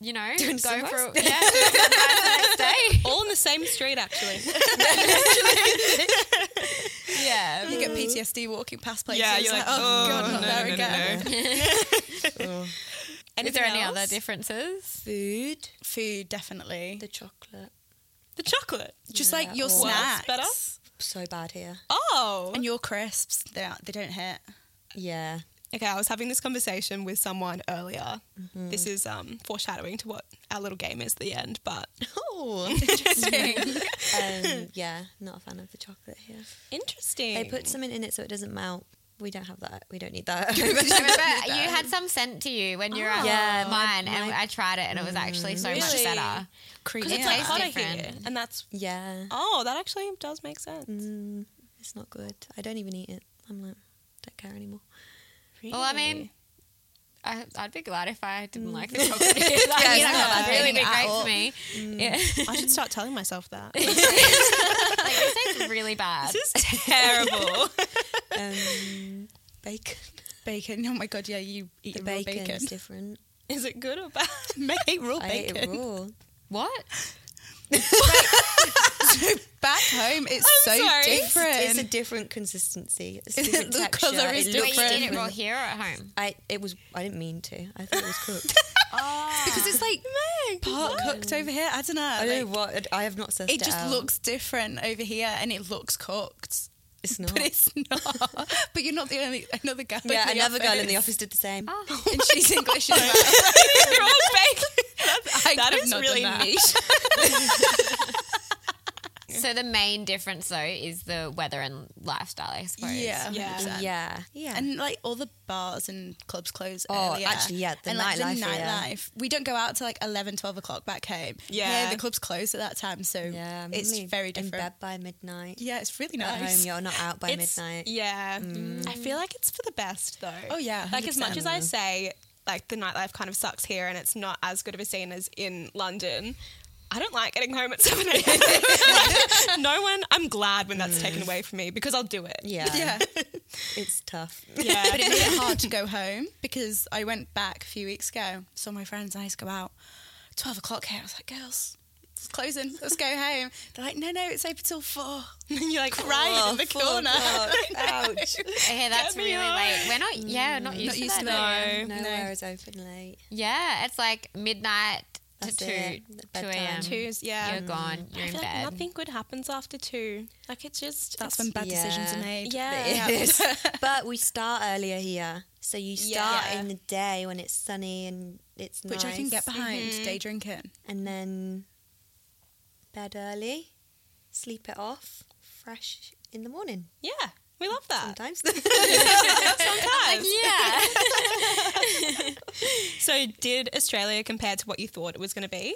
you know, Doing go some for a, yeah, rice. doing some rice the *laughs* next day. All in the same street, actually. *laughs* Yeah. You get PTSD walking past places. Yeah, you're like, It's oh, God, no, not there no, no, again. Anything Is there any else? other differences? *laughs* Food, Food, definitely. the chocolate, The chocolate. Just like your or- Worse, snacks. better? so bad here. Oh. And your crisps, they, are, they don't hit. Yeah, Okay, I was having this conversation with someone earlier. This is um, foreshadowing to what our little game is at the end, but Oh, interesting. um, yeah, not a fan of the chocolate here. interesting. They put something in it so it doesn't melt. We don't have that. We don't need that. Remember, you *laughs* had some sent to you when you were at Yeah, my- mine, and my- I tried it, and it was actually so much Really? better. because Creamy. it's like Tastes hotter here, different. and that's *laughs* yeah, oh, that actually does make sense. Mm, it's not good. I don't even eat it. I'm like, don't care anymore. Mm. Well, I mean, I, I'd be glad if I didn't like the *laughs* chocolate. yeah, it's not that'd bad really be at great all. for me. Yeah. I should start telling myself that. like, it tastes really bad. this is terrible. Um, bacon. bacon. Oh my God, yeah, you eat The the raw bacon's bacon. *laughs* different. is it good or bad? I hate raw I ate it raw. *laughs* What? Back home, it's I'm so sorry. different. It's a different consistency. It's a different The texture. colour is it Wait, looks you did it different. raw here or at home? I it was. I didn't mean to. I thought it was cooked. because it's *laughs* like part cooked over here. I don't know. I don't like, know what. I have not said it just looks different over here, and it looks cooked, *laughs* It's not. but it's not. *laughs* but you're not the only another girl. yeah, in the another office. girl in the office Oh, did the same. and she's English. *laughs* as well. raw bacon. *laughs* I That could is not really done *laughs* that. niche. So the main difference though is the weather and lifestyle, I suppose. Yeah, Yeah. 100%. Yeah, yeah. And like all the bars and clubs close. Oh, earlier. actually, yeah, the and, like, nightlife, The yeah. nightlife. We don't go out till like 11, 12 o'clock back home. Yeah. Here, the clubs close at that time, so yeah, I'm it's normally very In different. bed by midnight. Yeah, it's really At nice. home, you're not out by It's- midnight. Yeah. I feel like it's for the best though. Oh, yeah, Like as much as I 100%. say like the nightlife kind of sucks here and it's not as good of a scene as in London. I don't like getting home at *laughs* 7 a.m. no one, I'm glad when that's taken away from me because I'll do it. Yeah, *laughs* *laughs* yeah, it's tough. Yeah. but it made it hard to go home because I went back a few weeks ago. Saw my friends and I used to go out. Twelve o'clock here. I was like, girls, it's closing. Let's go home. They're like, no, no, it's open till four. *laughs* and you're like, right. Crying in the four corner. *laughs* o'clock. Ouch. Okay, that's Get me really on. late. We're not yeah, not used Mm. Not to used that. to that. No. Nowhere is open late. Yeah, it's like midnight That's to it. two, two Bedtime. a.m. Two's, yeah. You're gone. You're I in feel like bed. nothing good happens after two. Like it's just That's it's- when bad decisions Yeah. are made. Yeah. It is. but we start earlier here, so you start Yeah. in the day when it's sunny and it's Which I can nice. get behind day drinking. and then bed early, sleep it off, fresh in the morning. Yeah. We love that. Sometimes *laughs* Sometimes. Yeah. so did Australia compare to what you thought it was going to be?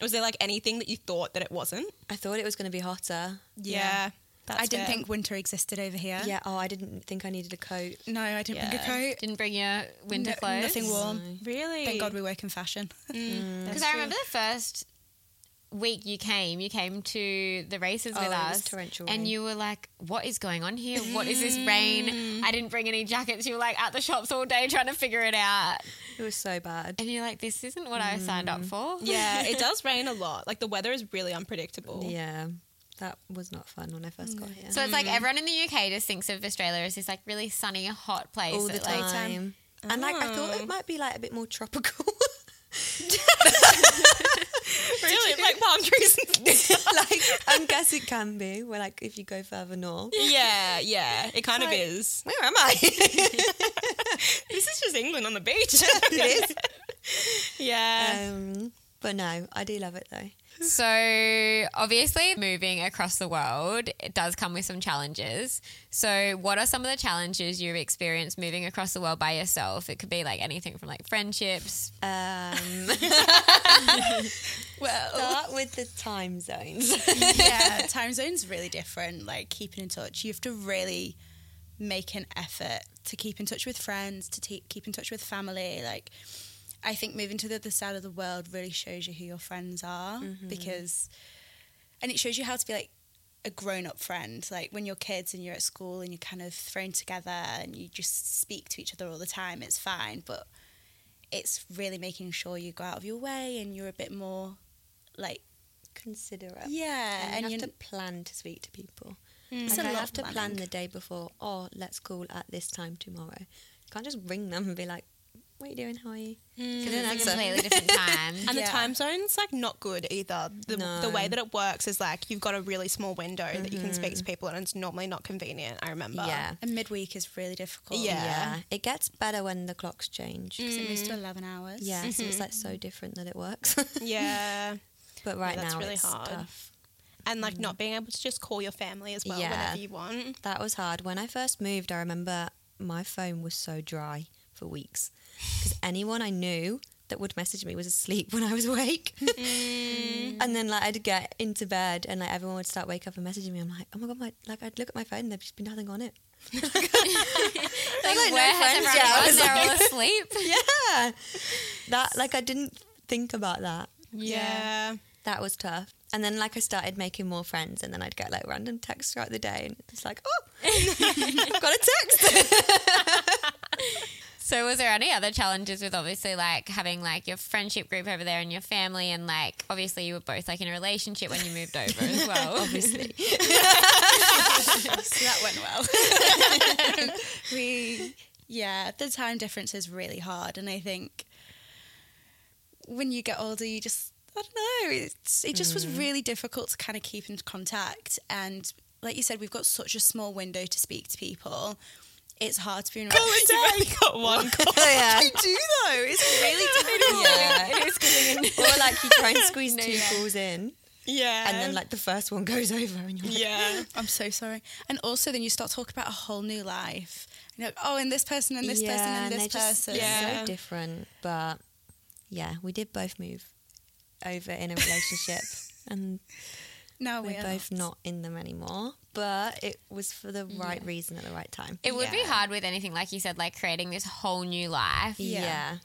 Was there like anything that you thought that it wasn't? *laughs* I thought it was going to be hotter. Yeah. I didn't think winter existed over here. Yeah. Oh, I didn't think I needed a coat. No, I didn't bring Yeah. a coat. Didn't bring your winter No- clothes. Nothing warm. really. *laughs* Thank God we work in fashion. *laughs* Because I remember the first week you came, you came to the races Oh, with it was us, torrential and rain. you were like, "What is going on here? What is this rain? I didn't bring any jackets." You were like at the shops all day trying to figure it out, It was so bad. and you're like, "This isn't what I signed Mm. up for." yeah, it does rain a lot. Like the weather is really unpredictable. Yeah, that was not fun when I first got here. So it's like everyone in the UK just thinks of Australia as this like really sunny, hot place. all the that, time. like, And like I thought Oh. it might be like a bit more tropical. *laughs* *laughs* Really, like palm trees. *laughs* and stuff. like I guess it can be. Where like if you go further north. yeah, yeah, it kind of Like- is. Where am I? *laughs* This is just England on the beach. *laughs* it is. *laughs* yeah. Um, but no, I do love it though. *laughs* So obviously, moving across the world it does come with some challenges. So, what are some of the challenges you've experienced moving across the world by yourself? It could be like anything from like friendships. Um, start with the time zones. *laughs* yeah, time zone's really different. Like keeping in touch, you have to really make an effort to keep in touch with friends, to te- keep in touch with family. Like, I think moving to the other side of the world really shows you who your friends are Mm-hmm. because, and it shows you how to be like a grown up friend. Like when you're kids and you're at school and you're kind of thrown together and you just speak to each other all the time, it's fine. But it's really making sure you go out of your way and you're a bit more like, Considerate. yeah. Uh, And, And, you you're, have to plan to speak to people. It's Like, a I lot have of to plan planning. the day before. Oh, let's call at this time tomorrow. You can't just ring them and be like, "What are you doing? How are you?" Because it's a completely *laughs* different time. And the Yeah. time zone's like not good either. The, the No. way that it works is like you've got a really small window that you can speak to people, and it's normally not convenient. I remember. Mm-hmm. Yeah. and midweek is really difficult. Yeah. Yeah, it gets better when the clocks change. Because Mm. it moves to 11 hours. Yeah, so it's like Mm-hmm. so different that it works. *laughs* yeah, but right that's now, really it's hard. tough. and like not being able to just call your family as well Yeah. whenever you *laughs* want. That was hard. When I first moved, I remember my phone was so dry for weeks because anyone I knew that would message me was asleep *laughs* when I was awake. Mm. and then like I'd get into bed and like everyone would start wake up and messaging me. I'm like, oh my god, my like I'd look at my phone and there'd just be nothing on *laughs* it. *laughs* like, like, no where has friends everyone yet. I gone? was They're all asleep. *laughs* Yeah, that like I didn't think about that. Yeah. That was tough. And then like I started making more friends and then I'd get like random texts throughout the day and it's like, oh, *laughs* I've got a *laughs* text. So, was there any other challenges with obviously like having like your friendship group over there and your family, and like obviously you were both like in a relationship when you moved over as well? obviously, *laughs* So that went well. *laughs* we, yeah, the time difference is really hard, and I think when you get older, you just I don't know. It's, it just was really difficult to kind of keep in contact, and like you said, we've got such a small window to speak to people. It's hard to be in a relationship. You've only *laughs* got one call. yeah. do though. It's really difficult. *laughs* Yeah. or like you try *laughs* and squeeze two calls in Yeah. and Um, then like the first one goes *laughs* over and you're *laughs* like, yeah. I'm so sorry. And also, then you start talking about a whole new life. You're like, oh, and this person, and this person, and this they're just person. Yeah. so different. But yeah, we did both move over in a *laughs* relationship and Now we're we are both not in them anymore. But it was for the right reason at the right time. it would be Yeah. hard with anything like you said, like creating this whole new life yeah. Yeah.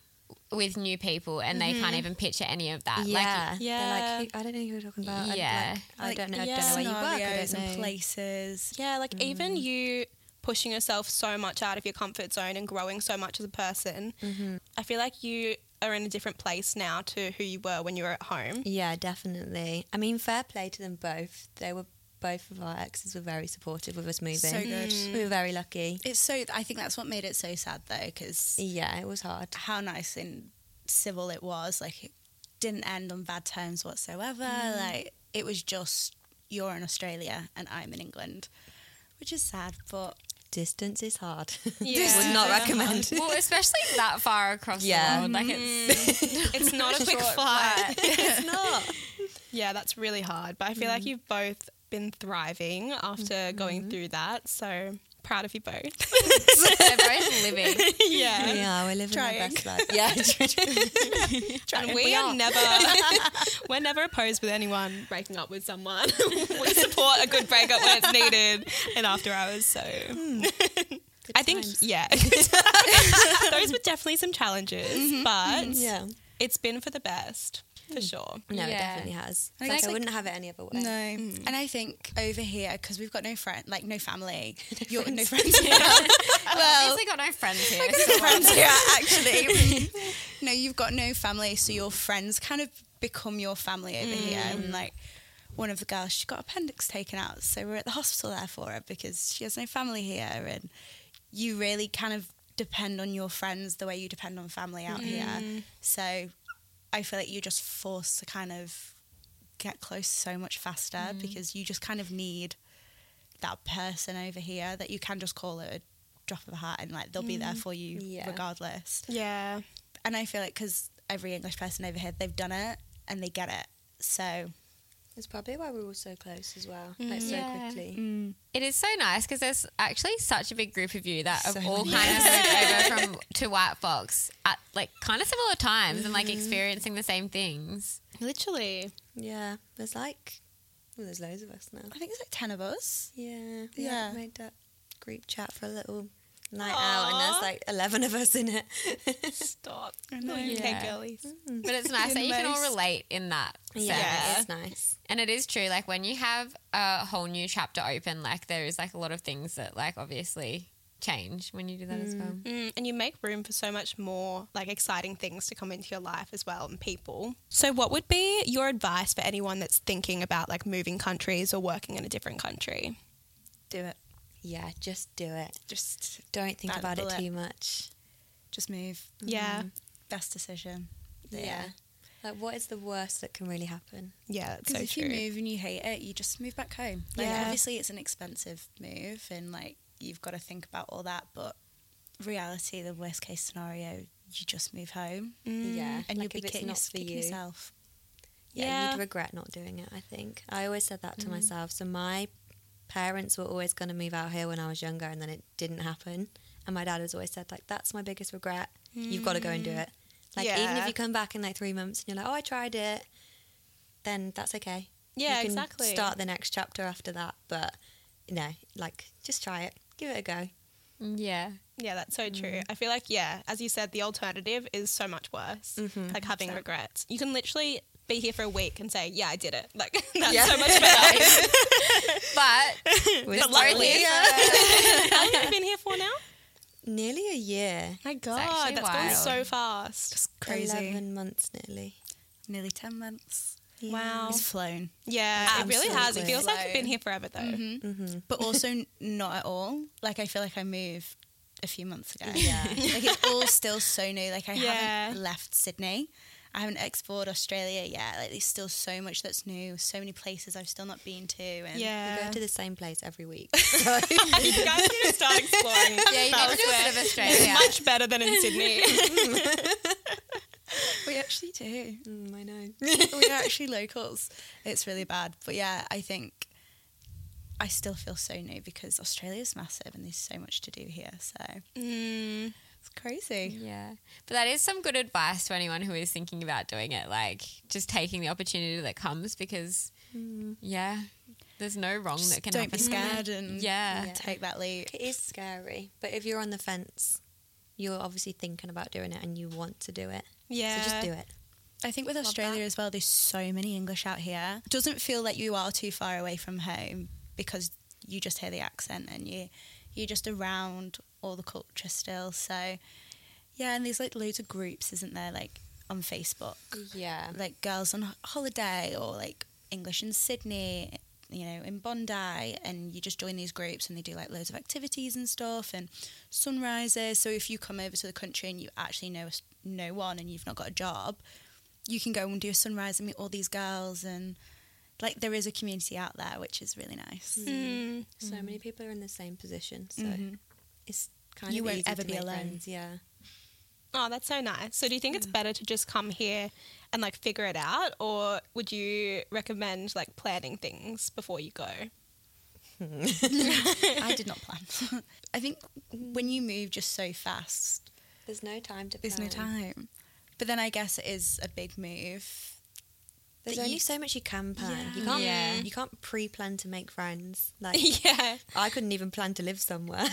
with new people, and they can't even picture any of that. Yeah, Yeah. Like, They're like, "Who- I don't know who you're talking about. Yeah. Yeah, I Like, don't know. yeah. I don't know where you work. I scenarios and don't know. places. Yeah, like even you pushing yourself so much out of your comfort zone and growing so much as a person, I feel like you are in a different place now to who you were when you were at home. Yeah, definitely. I mean, fair play to them both. They were both of our exes were very supportive with us moving. So good. We were very lucky. It's so. I think that's what made it so sad though, because Yeah, it was hard. how nice and civil it was. Like it didn't end on bad terms whatsoever. Like it was just you're in Australia and I'm in England, which is sad, but Distance is hard. *laughs* Yeah. Would not recommend. Well, especially that far across Yeah. the world, like it's It's *laughs* not a quick Short flight. it's not. *laughs* yeah, that's really hard. But I feel like you've both been thriving after going through that. So proud of you both. *laughs* *laughs* they're both living. yeah. *laughs* Yeah, we're living our Trying. best life. *laughs* Yeah, And we, are *laughs* never we're never opposed with anyone breaking up with someone. *laughs* we support a good breakup when it's needed Hmm. and after hours. So *laughs* I think *laughs* times. yeah, those were definitely some challenges, but yeah. it's been for the best for sure. No, it Yeah. definitely has. I Like, I, guess, like- wouldn't have it any other way. no. Mm. And I think over here because we've got no friend, like no family, you're *laughs* no friends. *laughs* here. well, obviously got no friends here. so- friends here actually. *laughs* no, you've got no family, so your friends kind of become your family over here. And like one of the girls, she got appendix taken out, so we're at the hospital there for her because she has no family here, and you really kind of depend on your friends the way you depend on family out here. So I feel like you're just forced to kind of get close so much faster because you just kind of need that person over here that you can just call at a drop of a hat and like they'll be there for you Yeah. regardless. Yeah, And I feel like because every English person over here, they've done it and they get it. So It's probably why we were all so close as well. Like so Yeah. quickly. Mm. It is so nice because there's actually such a big group of you that So have all many. kind of moved over from to White Fox at like kind of similar times and like experiencing the same things. literally. Yeah. There's like well, there's loads of us now. I think it's like 10 of us. Yeah. Yeah. Made that group chat for a little night out, and Aw. there's like 11 of us in it. *laughs* Stop. I know. Yeah. Okay, girlies. But it's nice that you can all Most- relate in that. yeah, sense. it's nice. And it is true. Like when you have a whole new chapter open, like there is like a lot of things that like obviously change when you do that as well. Mm, and you make room for so much more like exciting things to come into your life as well and people. So what would be your advice for anyone that's thinking about like moving countries or working in a different country? Do it. Yeah, just do it. Just, Don't think Bad about it bullet. too much. just move. Yeah. Best decision. Yeah. Like, what is the worst that can really happen? Yeah, that's Because so if true. you move and you hate it, you just move back home. Like Yeah. obviously it's an expensive move and like you've got to think about all that, but reality, the worst case scenario, you just move home Yeah. Mm. and Mm. like, you'll if be it's kicking, not us- for kicking you. yourself. Yeah. Yeah, Mm-hmm. you'd regret not doing it, I think. I always said that to myself. So my parents were always going to move out here when I was younger, and then it didn't happen. And my dad has always said, like, that's my biggest regret. You've got to go and do it. Like, even Mm. Yeah. if you come back in like three months and you're like, oh, I tried it, then that's okay. yeah, you can exactly. Start the next chapter after that. But no, like, just try it, give it *laughs* a go. Yeah. Yeah, that's so true. I feel like yeah, as you said, the alternative is so much worse. Like having regrets. You can literally be here for a week and say, "Yeah, I did it." Like *laughs* that's Yeah. so much better. But We're But still luckily- here. *laughs* How long have you been here for now? nearly a year, My actually God, that's gone wild. so fast. Just crazy. eleven months nearly. Nearly ten months. Wow. It's flown. Yeah, it really has. It Absolutely. feels like I've been here forever though. But also not at all. Like I feel like I moved a few months ago. Yeah. *laughs* like it's all still so new. Like I Yeah. haven't left Sydney. I haven't explored Australia yet. Like there's still so much that's new. So many places I've still not been to. And We go Yeah. to the same place every *laughs* week. you guys need to start exploring. yeah, you need to do a bit of It's *laughs* Australia. much better than in Sydney. we actually do. Mm, I know. We're actually *laughs* locals. It's really bad. But yeah, I think I still feel so new because Australia's massive and there's so much to do here. So mm, it's crazy. Yeah. But that is some good advice for anyone who is thinking about doing it. Like just taking the opportunity that comes because yeah, there's no wrong Just that can don't happen. be scared and Yeah. Yeah. take that leap. *laughs* It is scary, but if you're on the fence, you're obviously thinking about doing it and you want to do it. yeah. So just do it. I think with Love Australia that. as well, there's so many English out here. It doesn't feel like you are too far away from home because you just hear the accent and you you're just around all the culture still. So yeah, and there's like loads of groups, isn't there? Like on Facebook, Mm. Yeah. like girls on holiday or like English in Sydney, you know, in Bondi, and you just join these groups and they do like loads of activities and stuff and sunrises. So if you come over to the country and you actually know us- no one and you've not got a job, you can go and do a sunrise and meet all these girls and like there is a community out there which is really nice. Mm, So many people are in the same position, so Mhm. it's kind You of won't easy ever to be make alone. friends, Yeah. oh, that's so nice. So do you think it's better to just come here and like figure it out or would you recommend like planning things before you go? *laughs* I did not plan. *laughs* I think when you move just so fast, There's no time to. There's no plan. time. But then I guess it is a big move. There's that only you- so much you can plan. You Yeah. can't. Yeah. You can't pre-plan to make friends. *laughs* Like yeah. I couldn't even plan to live *laughs* somewhere.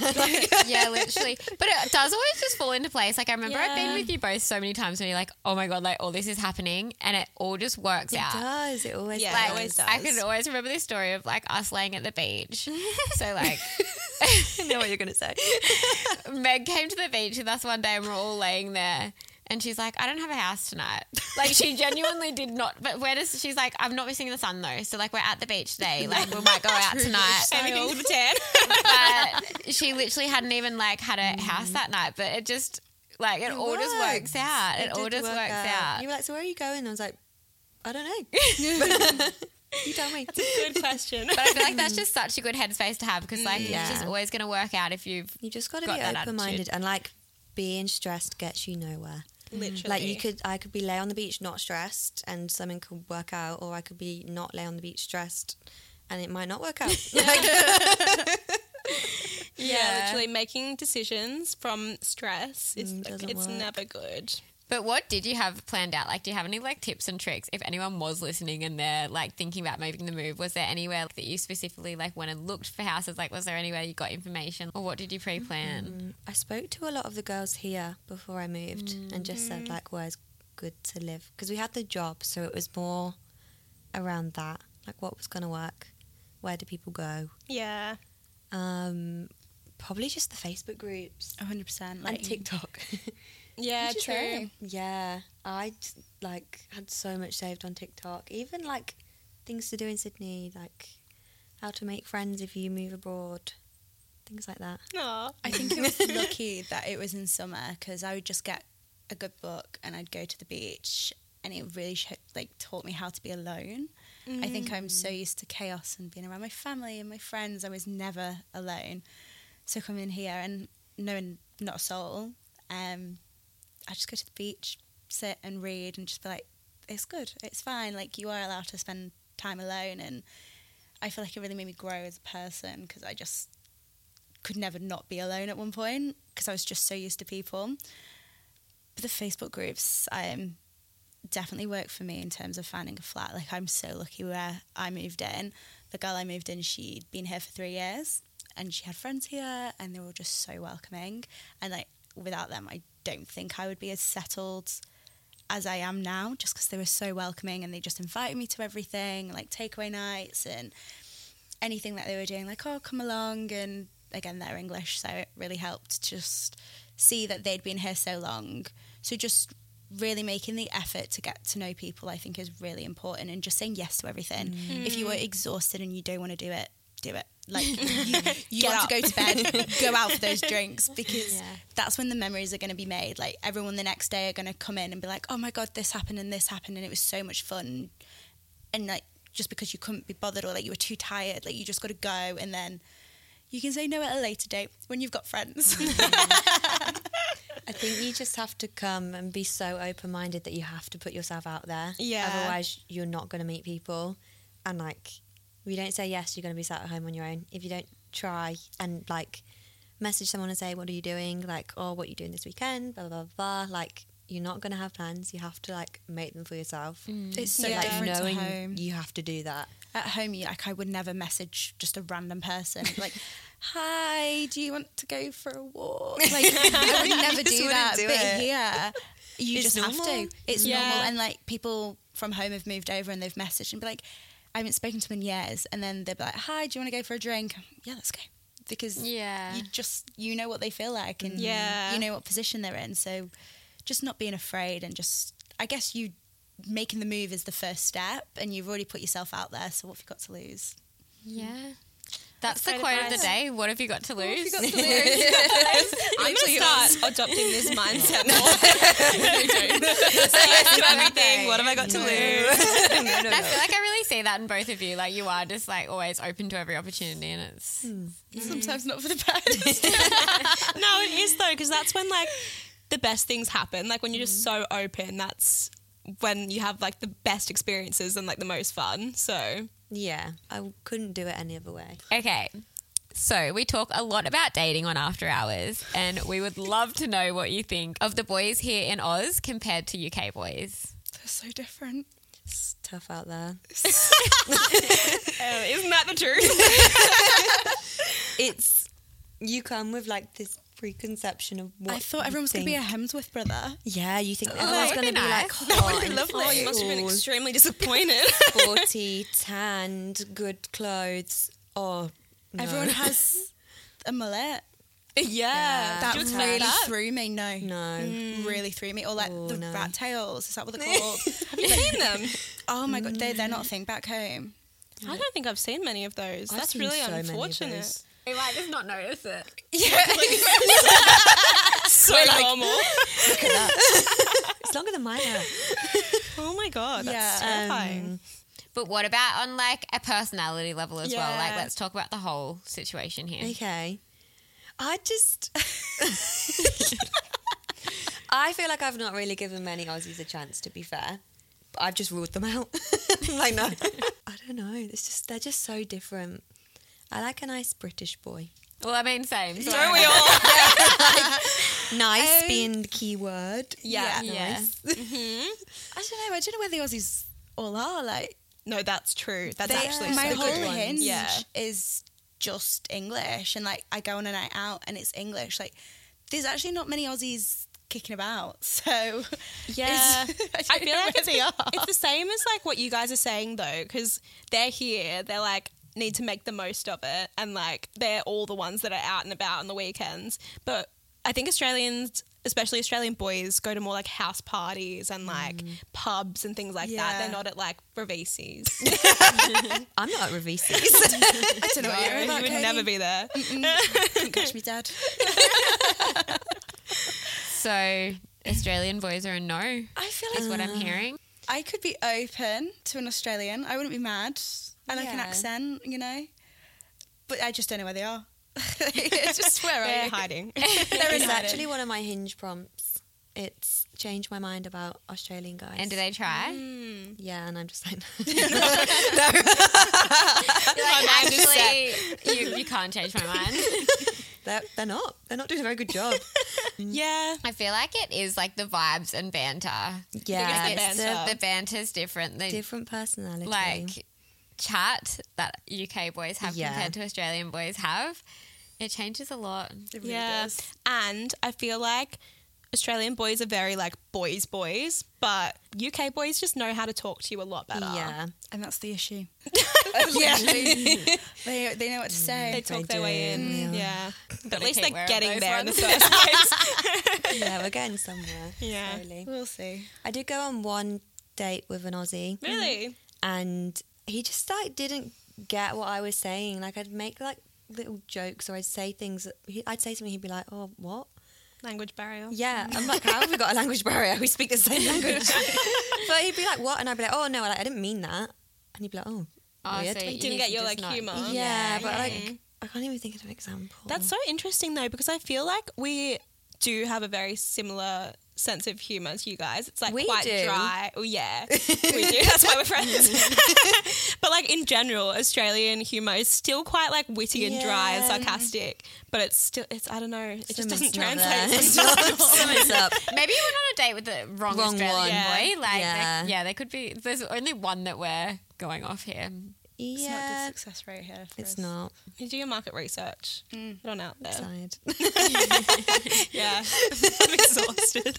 yeah, *laughs* literally. But it does always just fall into place. Like I remember I've been Yeah. with you both so many times when you're like, oh my god, like all this is happening, and it all just works It out. does. It always Yeah, does. Like, it always does. I could always remember this story of like us laying at the beach. so like, *laughs* I know what you're gonna *laughs* say. Meg came to the beach with us one day, and we're all laying there. And she's like, I don't have a house tonight. *laughs* Like she genuinely did not. But where does she's like, I'm not missing the sun though. So like we're at the beach today. Like we might go out tonight. Anything *laughs* to the tan. but she literally hadn't even like had a house that night. But it just like it, all just works out. It, all did just work works out. You were like, so where are you going? I was like, I don't *laughs* know. you tell me. Good question. *laughs* But I feel like that's just such a good headspace to have because like it's just Yeah. always going to work out if you've You just got to Got be that open-minded and like being stressed gets you nowhere. Literally. Like you could, I could be lay on the beach not stressed, and something could work out, or I could be not lay on the beach stressed, and it might not *laughs* work out. yeah, literally making decisions from stress is Mm, like, doesn't it's work. never good. But what did you have planned out? Like, do you have any like tips and tricks if anyone was listening and they're like thinking about making the move? Was there anywhere that you specifically like went and looked for houses? Like, was there anywhere you got information or what did you pre plan? I spoke to a lot of the girls here before I moved and just Mm. said like where's good to live because we had the job so it was more around that like what was going to work where do people go Yeah. um probably just the Facebook groups 100%. Like, and TikTok Yeah, *laughs* Which is true. rare. yeah I just, like had so much saved on TikTok even like things to do in Sydney like how to make friends if you move abroad things like that Aw. *laughs* I think it was lucky that it was in summer because I would just get a good book and I'd go to the beach and it really sh- like taught me how to be alone. I think I'm so used to chaos and being around my family and my friends. I was never alone. So coming here and knowing not a soul, um, I just go to the beach, sit and read and just be like, it's good, it's fine. Like you are allowed to spend time alone and I feel like it really made me grow as a person because I just could never not be alone at one point because I was just so used to people. But the Facebook groups um, definitely work for me in terms of finding a flat. Like I'm so lucky where I moved in. The girl I moved in, she'd been here for three years and she had friends here and they were just so welcoming. And like without them, I don't think I would be as settled as I am now just because they were so welcoming and they just invited me to everything, like takeaway nights and anything that they were doing, like, oh, come along. And again, they're English, so it really helped to just see that they'd been here so long. So just really making the effort to get to know people, I think, is really important. And just saying yes to everything. If you are exhausted and you don't want to do it, do it. Like, you, you want to go to bed, go out for those drinks because Yeah. that's when the memories are going to be made. Like, everyone the next day are going to come in and be like, oh my God, this happened and this happened. And it was so much fun and like just because you couldn't be bothered or like you were too tired, like you just got to go and then you can say no at a later date when you've got friends. I think you just have to come and be so open minded that you have to put yourself out there. Yeah. Otherwise, you're not going to meet people. And like, if you don't say yes, you're going to be sat at home on your own. If you don't try and like message someone and say, What are you doing? Like, oh, what are you doing this weekend? Blah, blah, blah. blah. Like, you're not going to have plans. You have to like make them for yourself. *laughs* Mm. it's so So, like, different knowing at home. you have to do that. At home, you, like I would never message just a random *laughs* person like, "Hi, do you want to go for a *laughs* walk?" Like I would never do wouldn't that. do but it. here, you It's just normal. have to. It's Yeah. normal, and like people from home have moved over and they've messaged and be like, "I haven't spoken to them in years," and then they're like, "Hi, do you want to go for a drink?" Yeah, let's go. Because Yeah. you just you know what they feel like and Yeah. you know what position they're in so just not being afraid and just i guess you making the move is the first step and you've already put yourself out there so what have you got to lose Yeah. That's the great quote of advice. the day. What have you got to lose? *laughs* I'm going to start adopting *laughs* this mindset *laughs* more. Say yes to everything. What have I got to lose? I feel like I really see that in both of you. Like you are just like always open to every opportunity, and it's *laughs* sometimes not for *laughs* the best *laughs* No, it is though, because that's when like the best things happen. Like when you're just Mm-hmm. so open, that's when you have like the best experiences and like the most fun. So Yeah. I couldn't do it any other way. okay. So we talk a lot about dating on After Hours, and we would love to know what you think of the boys here in Oz compared to UK boys. they're so different It's tough out there. isn't that the *laughs* truth? it's you come with like this preconception of what i thought everyone was going to be a hemsworth brother yeah. You think that everyone's would going be to be *laughs* like nice. hot *laughs* and Oh, you must have been cool, extremely disappointed. *laughs* sporty, tanned, good clothes. Oh, no. everyone *laughs* has a mullet yeah. Uh, that Mm. Did you really expect that? threw me no no. really threw me or like Oh, the no. rat tails is that what *laughs* they're called Have you seen *laughs* them? oh my god they, they're not a thing back home I don't think I've seen many of those. I've That's seen really so many of unfortunate. those. We might just not notice it. So *laughs* normal. It's longer than mine. Um, are. Oh my god, that's Yeah. terrifying. But what about on like a personality level as well? Like Yeah. let's talk about the whole situation here. Okay. I just. *laughs* I feel like I've not really given many Aussies a chance, to be fair. But I've just ruled them out. *laughs* I'm like, no. I don't know. It's just, they're just so different. I like a nice British boy. Well, I mean, same. So Don't we all? Nice Um, being the key word. Yeah. Yeah. I don't know. I don't know where the Aussies all are. Like No, that's true. That's they- actually my so good whole ones. hinge Yeah. is just English, and like I go on a night out and it's English. Like there's actually not many Aussies kicking about, *laughs* so Yeah. it's- *laughs* I, I don't feel know like where it's they the, are. it's the same as like what you guys are saying though, because they're here. They're like need to make the most of it, and like they're all the ones that are out and about on the weekends. But I think Australians, especially Australian boys, go to more like house parties and like pubs and things like that. Yeah. They're not at like *laughs* Bravisi's. I'm not at *laughs* Ravisi. I don't know what you're you about, would Katie. never be *laughs* there. Couldn't catch *laughs* me, Dad. So Australian boys are a no, I feel is what I'm hearing. I could be open to an Australian. I wouldn't be mad. I like an Yeah. accent, you know. But I just don't know where *laughs* they are. *laughs* it's just where They're I hiding. there is United. actually one of my hinge prompts. It's changed my mind about Australian guys. And do they try? Yeah, and I'm just like, *laughs* You're like, actually, you, you can't change my mind. they're, they're not. They're not doing a very good *laughs* job. *laughs* yeah. *laughs* I feel like it is like the vibes and banter. yeah, Because it's the a banter. The banter's different. The different personality. like chat that UK boys have Yeah. compared to Australian boys have. It changes a lot. yeah. And I feel like Australian boys are very like boys boys, but UK boys just know how to talk to you a lot better. yeah, And that's the issue. yeah. they, they know what to say. They talk their way do, in. *laughs* yeah. Yeah. But at Gotta least keep they're wearing getting those there in the ones. first place. *laughs* yeah, we're getting somewhere. Yeah. slowly. We'll see. I did go on one date with an Aussie, really? and he just like didn't get what I was saying. Like I'd make like little jokes, or I'd say things. that- he- I'd say something, he'd be like, "Oh, what?" Language barrier. Yeah, I'm like, how have we got a language barrier? We speak the *laughs* same language. but he'd be like, what? And I'd be like, oh, no, like, I didn't mean that. And he'd be like, oh, Oh, weird. so yeah, you Didn't need get to your, just like, not- humour. but like, I can't even think of an example. That's so interesting though, because I feel like we do have a very similar sense of humour to you guys. It's like We quite do. dry. Oh *laughs* yeah. we do. That's why we're friends. *laughs* but like in general, Australian humour is still quite like witty and dry and Yeah. sarcastic. But it's still it's I don't know, it just Something's doesn't not translate. *laughs* there. sometimes. Something's *laughs* up. Maybe you went on a date with the wrong, Wrong Australian one. boy. Like, yeah. Yeah. They, yeah, they could be. There's only one that we're going off here. It's not a Yeah, good success rate here. for it's us. not. You do your market research. Mm. Put on out there. Side. *laughs* Yeah. I'm exhausted.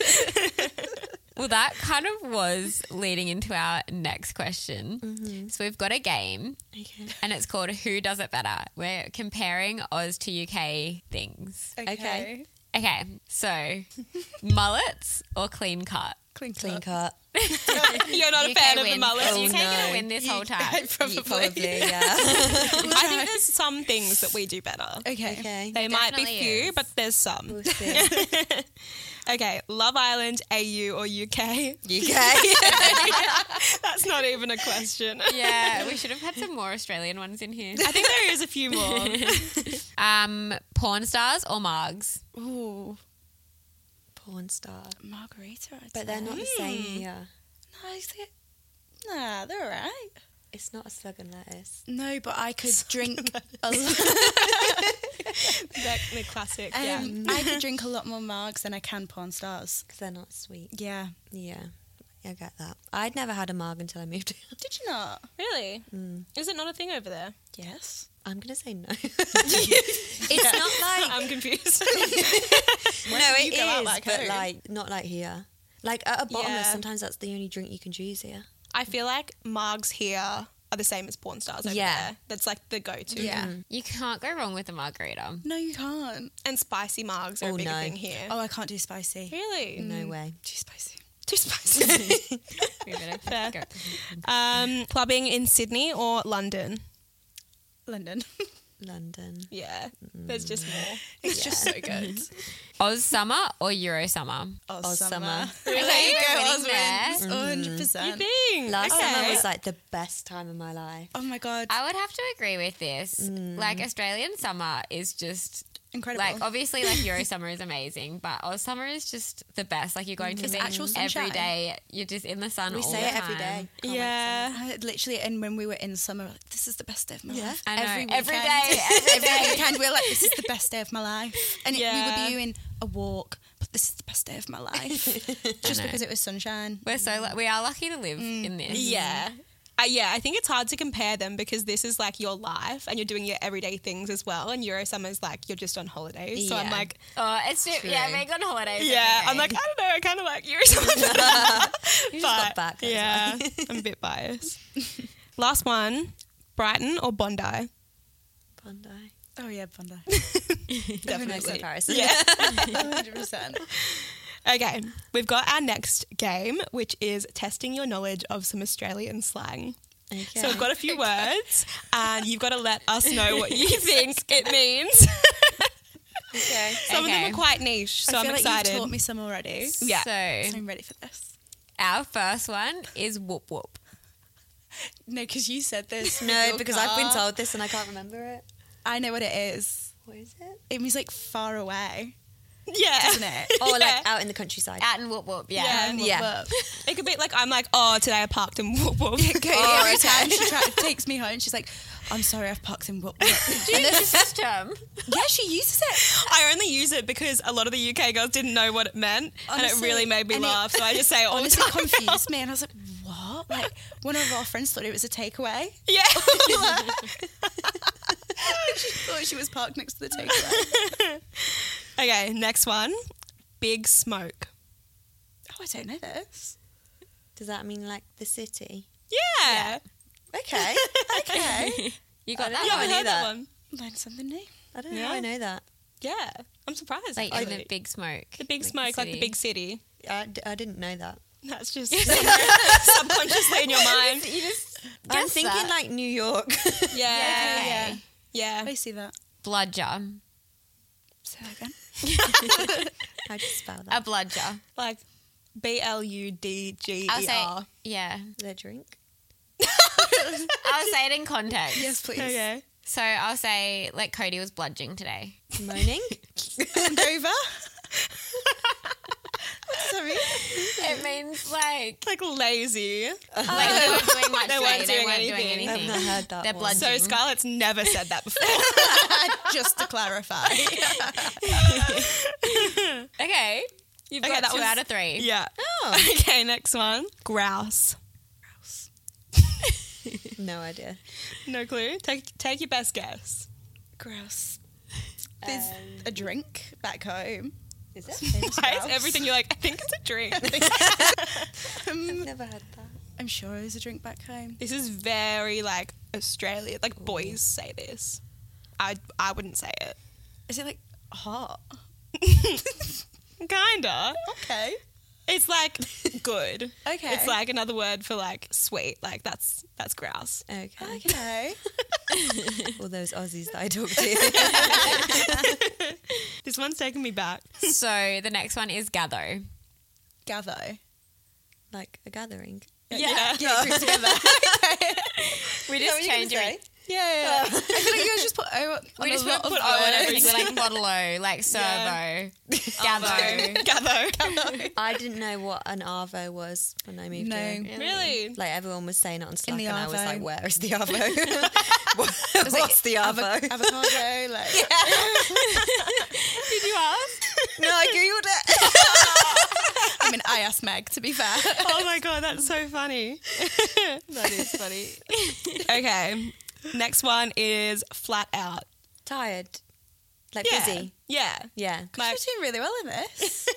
Well, that kind of was leading into our next question. So we've got a game, Mm-hmm. Okay. and it's called "Who Does It Better." We're comparing Oz to UK things. Okay. Okay. Okay, *laughs* so mullets or clean cut? Clean, Clean *laughs* cut. *laughs* You're not a UK fan of the wins. mullet. Is Oh, UK no. *laughs* gonna win this whole *laughs* time? Probably. Probably, yeah. I think there's some things that we do better. Okay. *laughs* okay. They might be definitely few, is. but there's some. We'll see. *laughs* Okay, Love Island, AU or UK? *laughs* UK. *laughs* That's not even a question. yeah, we should have had some more Australian ones in here. I think there is a few *laughs* more. Um, porn stars or margs? Ooh, Porn star. Hmm. margarita. I'd But they're say. not the same here. No, I think- Nah, they're all right. It's not a slug and lettuce. No, but I could drink a lot. They're the classic. yeah. Um, I could drink a lot more margs than I can porn stars. Because they're not sweet. Yeah. Yeah, I get that. I'd never had a marg until I moved here. Did you not? Really? Mm. Is it not a thing over there? Yes. *laughs* I'm gonna say no. it's not *laughs* like I'm confused. *laughs* no, it you go out is, like but home? like not like here. Like at a bottomless, Yeah. sometimes that's the only drink you can choose here. I feel like margs here are the same as porn stars over Yeah. there. That's like the go-to. Yeah. Mm. You can't go wrong with a margarita. No, you can't. And spicy margs are a Oh, big no. thing here. Oh, I can't do spicy. Really? No way. Too spicy. Too spicy. *laughs* We better go. um, clubbing in Sydney or London? London. *laughs* London. Yeah. There's just more. It's just so good. Oz summer or Euro summer? Oh, Oz *laughs* summer. *laughs* Really? Winning there. Hundred You percent. think? Last okay. summer was like the best time of my life. Oh my god, I would have to agree with this. Like Australian summer is just incredible! Like oh. obviously, like Euro summer is amazing, but Oz summer is just the best. Like you're going to It's the actual every sunshine. day. You're just in the sun. We all say the it every time. day. yeah. I had literally, and when we were in summer, like, this is the best day of my Yeah. life. I know. Every Every weekend. *laughs* day, every Every weekend, we were like, this is the best day of my life, and it, we Yeah. were doing a walk, best day of my *laughs* life just because it was sunshine. We're so lu- we are lucky to live in this. Mm. Mm-hmm. Yeah. Uh, yeah, I think it's hard to compare them because this is like your life and you're doing your everyday things as well. And Euro Summer's like you're just on holidays. So I'm Yeah. like, Oh, it's true. yeah, True. we're going on holidays. yeah, every I'm day. like, I don't know, I kind of like Euro *laughs* Summer. *laughs* You just got back, that's Yeah, I'm a bit biased. Last one Brighton or Bondi? Bondi. Oh yeah, Bondi. No Definitely. comparison. Yeah. 100%. Okay, we've got our next game, which is testing your knowledge of some Australian slang. *laughs* Okay. So we've got a few words, and you've got to let us know what *laughs* you think it means. *laughs* okay. Some of Okay. them are quite niche, so I am feel like excited. you've taught me some already. So Yeah. So I'm ready for this. our first one is whoop whoop. No, because you *laughs* said this. with No, your because I've been car. told this and I can't remember it. I know what it is. What is it? It means like far away, *laughs* yeah, isn't it? Or Yeah. Oh, like out in the countryside. Out and whoop whoop. *laughs* Yeah. Yeah. yeah. But *laughs* It could be like I'm like, oh, today I parked in *laughs* whoop whoop. Oh, every okay. time she tra- takes me home, she's like, "I'm sorry, I've parked in what?" yeah, *laughs* Do you know this um, system? she uses it. I only use it because a lot of the UK girls didn't know what it meant, and it Honestly, really made me and it- laugh. so I just say it all the *laughs* Honestly, time. *laughs* it confused me, and I was like, "What?" Like one of our friends thought it was a takeaway. *laughs* Yeah, *laughs* she thought she was parked next to the takeaway. Okay, next one. Big smoke. oh, I don't know this. Does that mean like the city? Yeah. Okay. okay. You got that You haven't one. heard Oh, that that. one. *laughs* Learn something new. I don't know how Yeah. I know that. Yeah. I'm surprised. Like in actually. the big smoke. the big smoke, like the city. big city. I, d- I didn't know that. That's *laughs* just subconsciously *laughs* in your mind. *laughs* You just I'm guess thinking that. like New York. Yeah. Okay. Yeah. Yeah. I see that. bludger. Say that again. How do you spell that? A bludger. Like B L U D G I'll E say R. yeah. Their drink. I'll say it in context. Yes, please. Okay. So I'll say like Cody was bludging today. Moaning. Over. Sorry. It means like Like lazy. Like they weren't *laughs* doing much They today. weren't they doing weren't anything. doing *laughs* I've anything. not heard that Their one. blood- So Scarlett's never said that before. Just to clarify. Okay. You've Okay, got that two was- out of three. *laughs* yeah. Oh. Okay, next one. Grouse. No idea. No clue. Take take your best guess. Gross. There's a drink back home. Is *laughs* it? Why is everything you're like, I think it's a drink. I've never had that. I'm sure there's a drink back home. This is very like Australia. Like boys say this. I I wouldn't say Is it like hot? it. Kinda. Okay. It's like good. Okay. It's like another word for like sweet. Like that's that's grouse. Okay. Okay. All those Aussies that I talk to. This one's taking me back. So the next one is gather. Gather. like a gathering. *laughs* Yeah. Get through together. We just change it. Yeah. I feel like you guys just put O on We just a lot put, put of O on words. everything. We're like modelo, like servo, *laughs* Yeah. *laughs* gather. Gather. I didn't know what an Arvo was when I moved No. here. Really? Like everyone was saying it on Slack, the and I was Arvo. like, "Where *laughs* is the Arvo? *laughs* What- What's the Arvo?" Avocado. Like. *laughs* Did you ask? no, I googled it. *laughs* I mean, I asked Meg to be fair. Oh my god, that's so funny. that is funny. *laughs* Okay. Next one is flat out. Tired, like Yeah. busy. Yeah. Yeah, Like, *laughs* You're doing really well in this.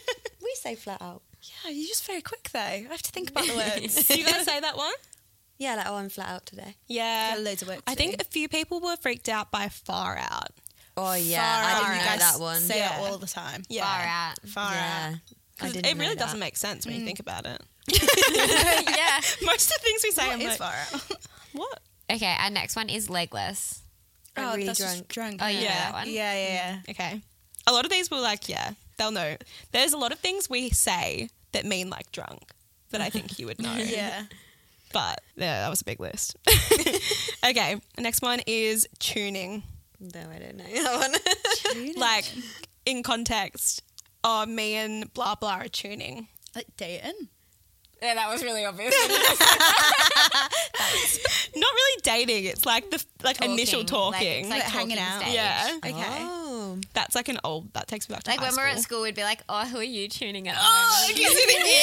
we say flat out. Yeah, you're just very quick though. I have to think about the words. *laughs* you gonna say that one? Yeah, like oh, I'm flat out today. Yeah. loads of work. I think a few people were freaked out by far out. Oh yeah, I didn't know that one. Say Yeah. it all the time. Yeah. Far out. Far yeah, out. I 'Cause didn't. it know really that. doesn't make sense when you think about it. *laughs* yeah. Most of the things we say, I'm What is like, far out? what? Okay, our next one is legless. I'm really just drunk. drunk. Oh, you know Yeah. that Yeah, one. yeah, yeah. Okay. A lot of these were like, yeah, they'll know. There's a lot of things we say that mean like drunk that I think you would *laughs* know. Yeah. But yeah, that was a big *laughs* list. okay. The next one is tuning. No, I don't know *laughs* that one. Like in context, oh, me and blah blah are tuning. Like dating. Yeah, that was really obvious. Not really dating. It's like the like initial Talking, like, talking. it's like Like hanging talking out. stage. yeah. Okay. Oh, Wow. That's like an old. That takes me back to Like high when we're at school. school, we'd be like, "Oh, who are you tuning at?" the Oh, moment?" do you see the *laughs* We'd be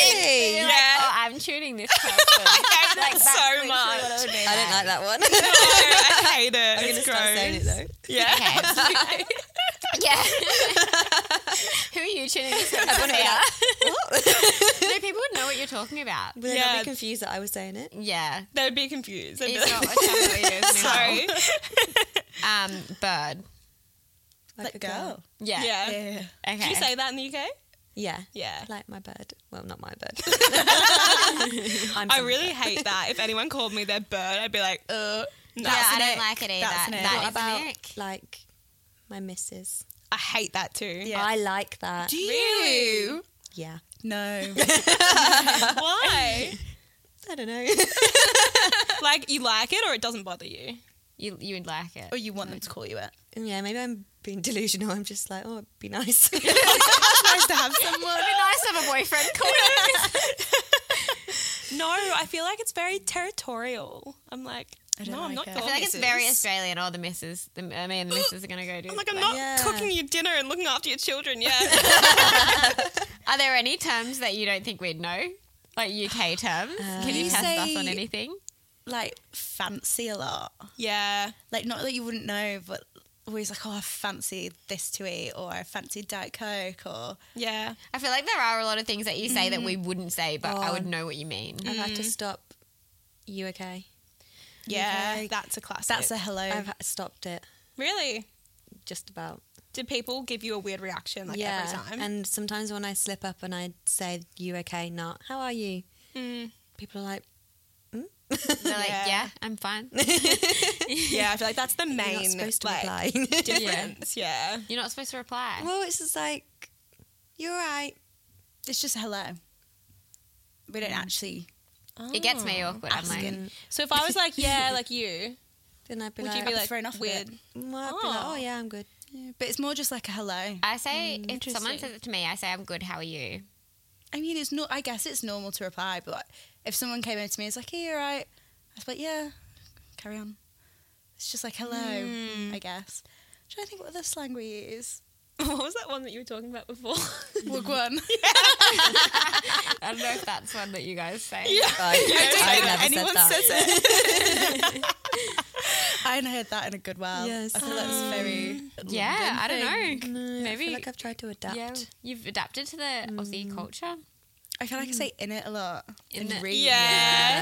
gig? like, Yeah. "Oh, I'm tuning this *laughs* person." *laughs* I hate that that's so literally much. what *laughs* it would be I don't like that one. *laughs* No, I hate it. it's I'm gonna start gross. saying it though. Yeah. *laughs* Okay. yeah. Who are you tuning this person Everyone will be at? What? No, people would know what you're talking about. Will they Yeah. not be confused that I was saying it? Yeah. They'd be confused. They'd be It's like, not *laughs* what's happening. It's now. Sorry. Um, bird. Like, a girl. Yeah. Yeah. Yeah. Okay. Do you say that in the UK? Yeah. Yeah. Like my bird. Well, not my *laughs* bird. I'm I some- really hate that. If anyone called me their bird, I'd be like, uh, no. yeah, I don't ick. like it either. That's an ick. That What is about an ick. like my missus? I hate that too. Yeah. I like that. Do *laughs* you? yeah. No. Why? I don't *laughs* know. like you like it or it doesn't bother you? You you would like or it. you want them to call you it. yeah, maybe I'm being delusional. I'm just like, oh, it'd be *laughs* nice. nice to have someone. It'd be nice to have a boyfriend called it. No, I feel like it's very territorial. I'm like, I don't no, I'm not. like it. Your I I feel like it's very missus. Australian. All the misses, the, uh, me and the misses are going to go *gasps* do. I'm like, I'm like- not Yeah. cooking you dinner and looking after your children. Yeah, Are there any terms that you don't think we'd know? Like UK terms? Can you You test us on say- anything? Like fancy a lot. *laughs* yeah. Like not that you wouldn't know, but always like, oh, I fancy this to eat, or I fancy Diet Coke, or Yeah. I feel like there are a lot of things that you say that we wouldn't say, but I Oh. would know what you mean. I've had to Mm. stop. You okay? Yeah. Okay. That's a classic. that's a Oh. hello. I've ha- stopped it. really. Just about. Did people give you a weird reaction like yeah. every time? And sometimes when I slip up and I say, you okay? Not. How are you? *laughs* Mm. People are like, "Hmm?" *laughs* They're like, Yeah. yeah. I'm fine. yeah, I feel like that's the you're not main supposed to like, *laughs* reply. difference. Yeah. You're not supposed to reply. well, it's just like, you're right. it's just hello. We don't actually. it gets me awkward. I'm like, Asking. So if I was like, yeah, like *laughs* you, Then I'd be would like, you be like thrown off a weird? well, I'd be like, "Oh." oh, yeah, I'm good. But it's more just like a hello. I say, if someone interesting. says it to me, I say, I'm good, how are you? I mean, it's not. I guess it's normal to reply, but if someone came over to me, and was like, "Hey, you right?" I was like, "Yeah, carry on." It's just like hello, I guess. Trying to think what other slang we use. *laughs* What was that one that you were talking about before? Wagwan. *laughs* I don't know if that's one that you guys say. I've never Anyone said that. says it. I hadn't heard that in a good while. Yes. I thought that was very. Yeah, I London don't know. No, I Maybe- feel like I've tried to adapt. Yeah, you've adapted to the Aussie culture. I feel like I say in it a lot. In it. and re. Yeah.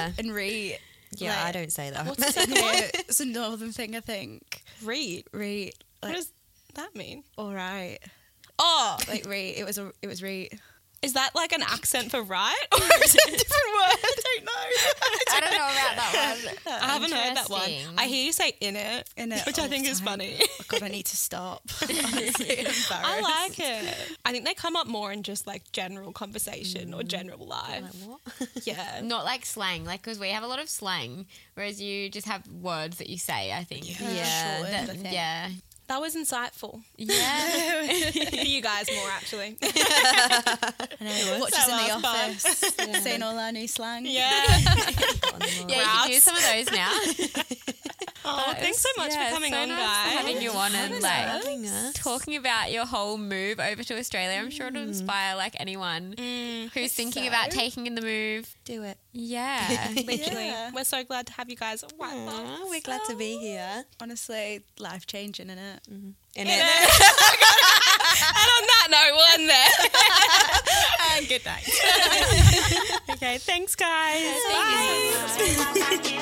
Yeah. *laughs* And re. Yeah, Like- I don't say that. *laughs* What's the *laughs* second one? it's a northern thing, I think. Read. Re. What Like, does that mean? all right. Oh, Like re. It was a. It was re. is that like an accent for right, *laughs* or is it a different word? I don't know. *laughs* I don't know about that one. *laughs* I haven't heard that one. Interesting. I hear you say in it, In it which I all think the is time. funny. Oh, God, I need to stop. *laughs* Honestly, *laughs* I'm *laughs* embarrassed. I like it. I think they come up more in just like general conversation or general life. Like, what? Yeah. Not like slang, like because we have a lot of slang, whereas you just have words that you say. I think. Yeah, Short, That- I *laughs* think. yeah, That was insightful. *laughs* yeah. For you guys more actually. I know, watch us That in the last part. office *laughs* saying all our new slang. Yeah. Got on the wrong- Yeah, you Routes. can do some of those *laughs* now. *laughs* Oh, That thanks so was- much yeah, for coming so on, nice guys. for having you on and like Having us. talking about your whole move over to Australia. I'm sure Mm. it'll inspire like anyone who's thinking about taking in the move. Do it. *laughs* Yeah. Literally. Yeah. We're so glad to have you guys at White Box. Aw, we're glad to be here. Honestly, life changing, isn't it? In And it. on that note, we'll end *laughs* there. Good night. *laughs* okay, thanks guys. Thank you so much.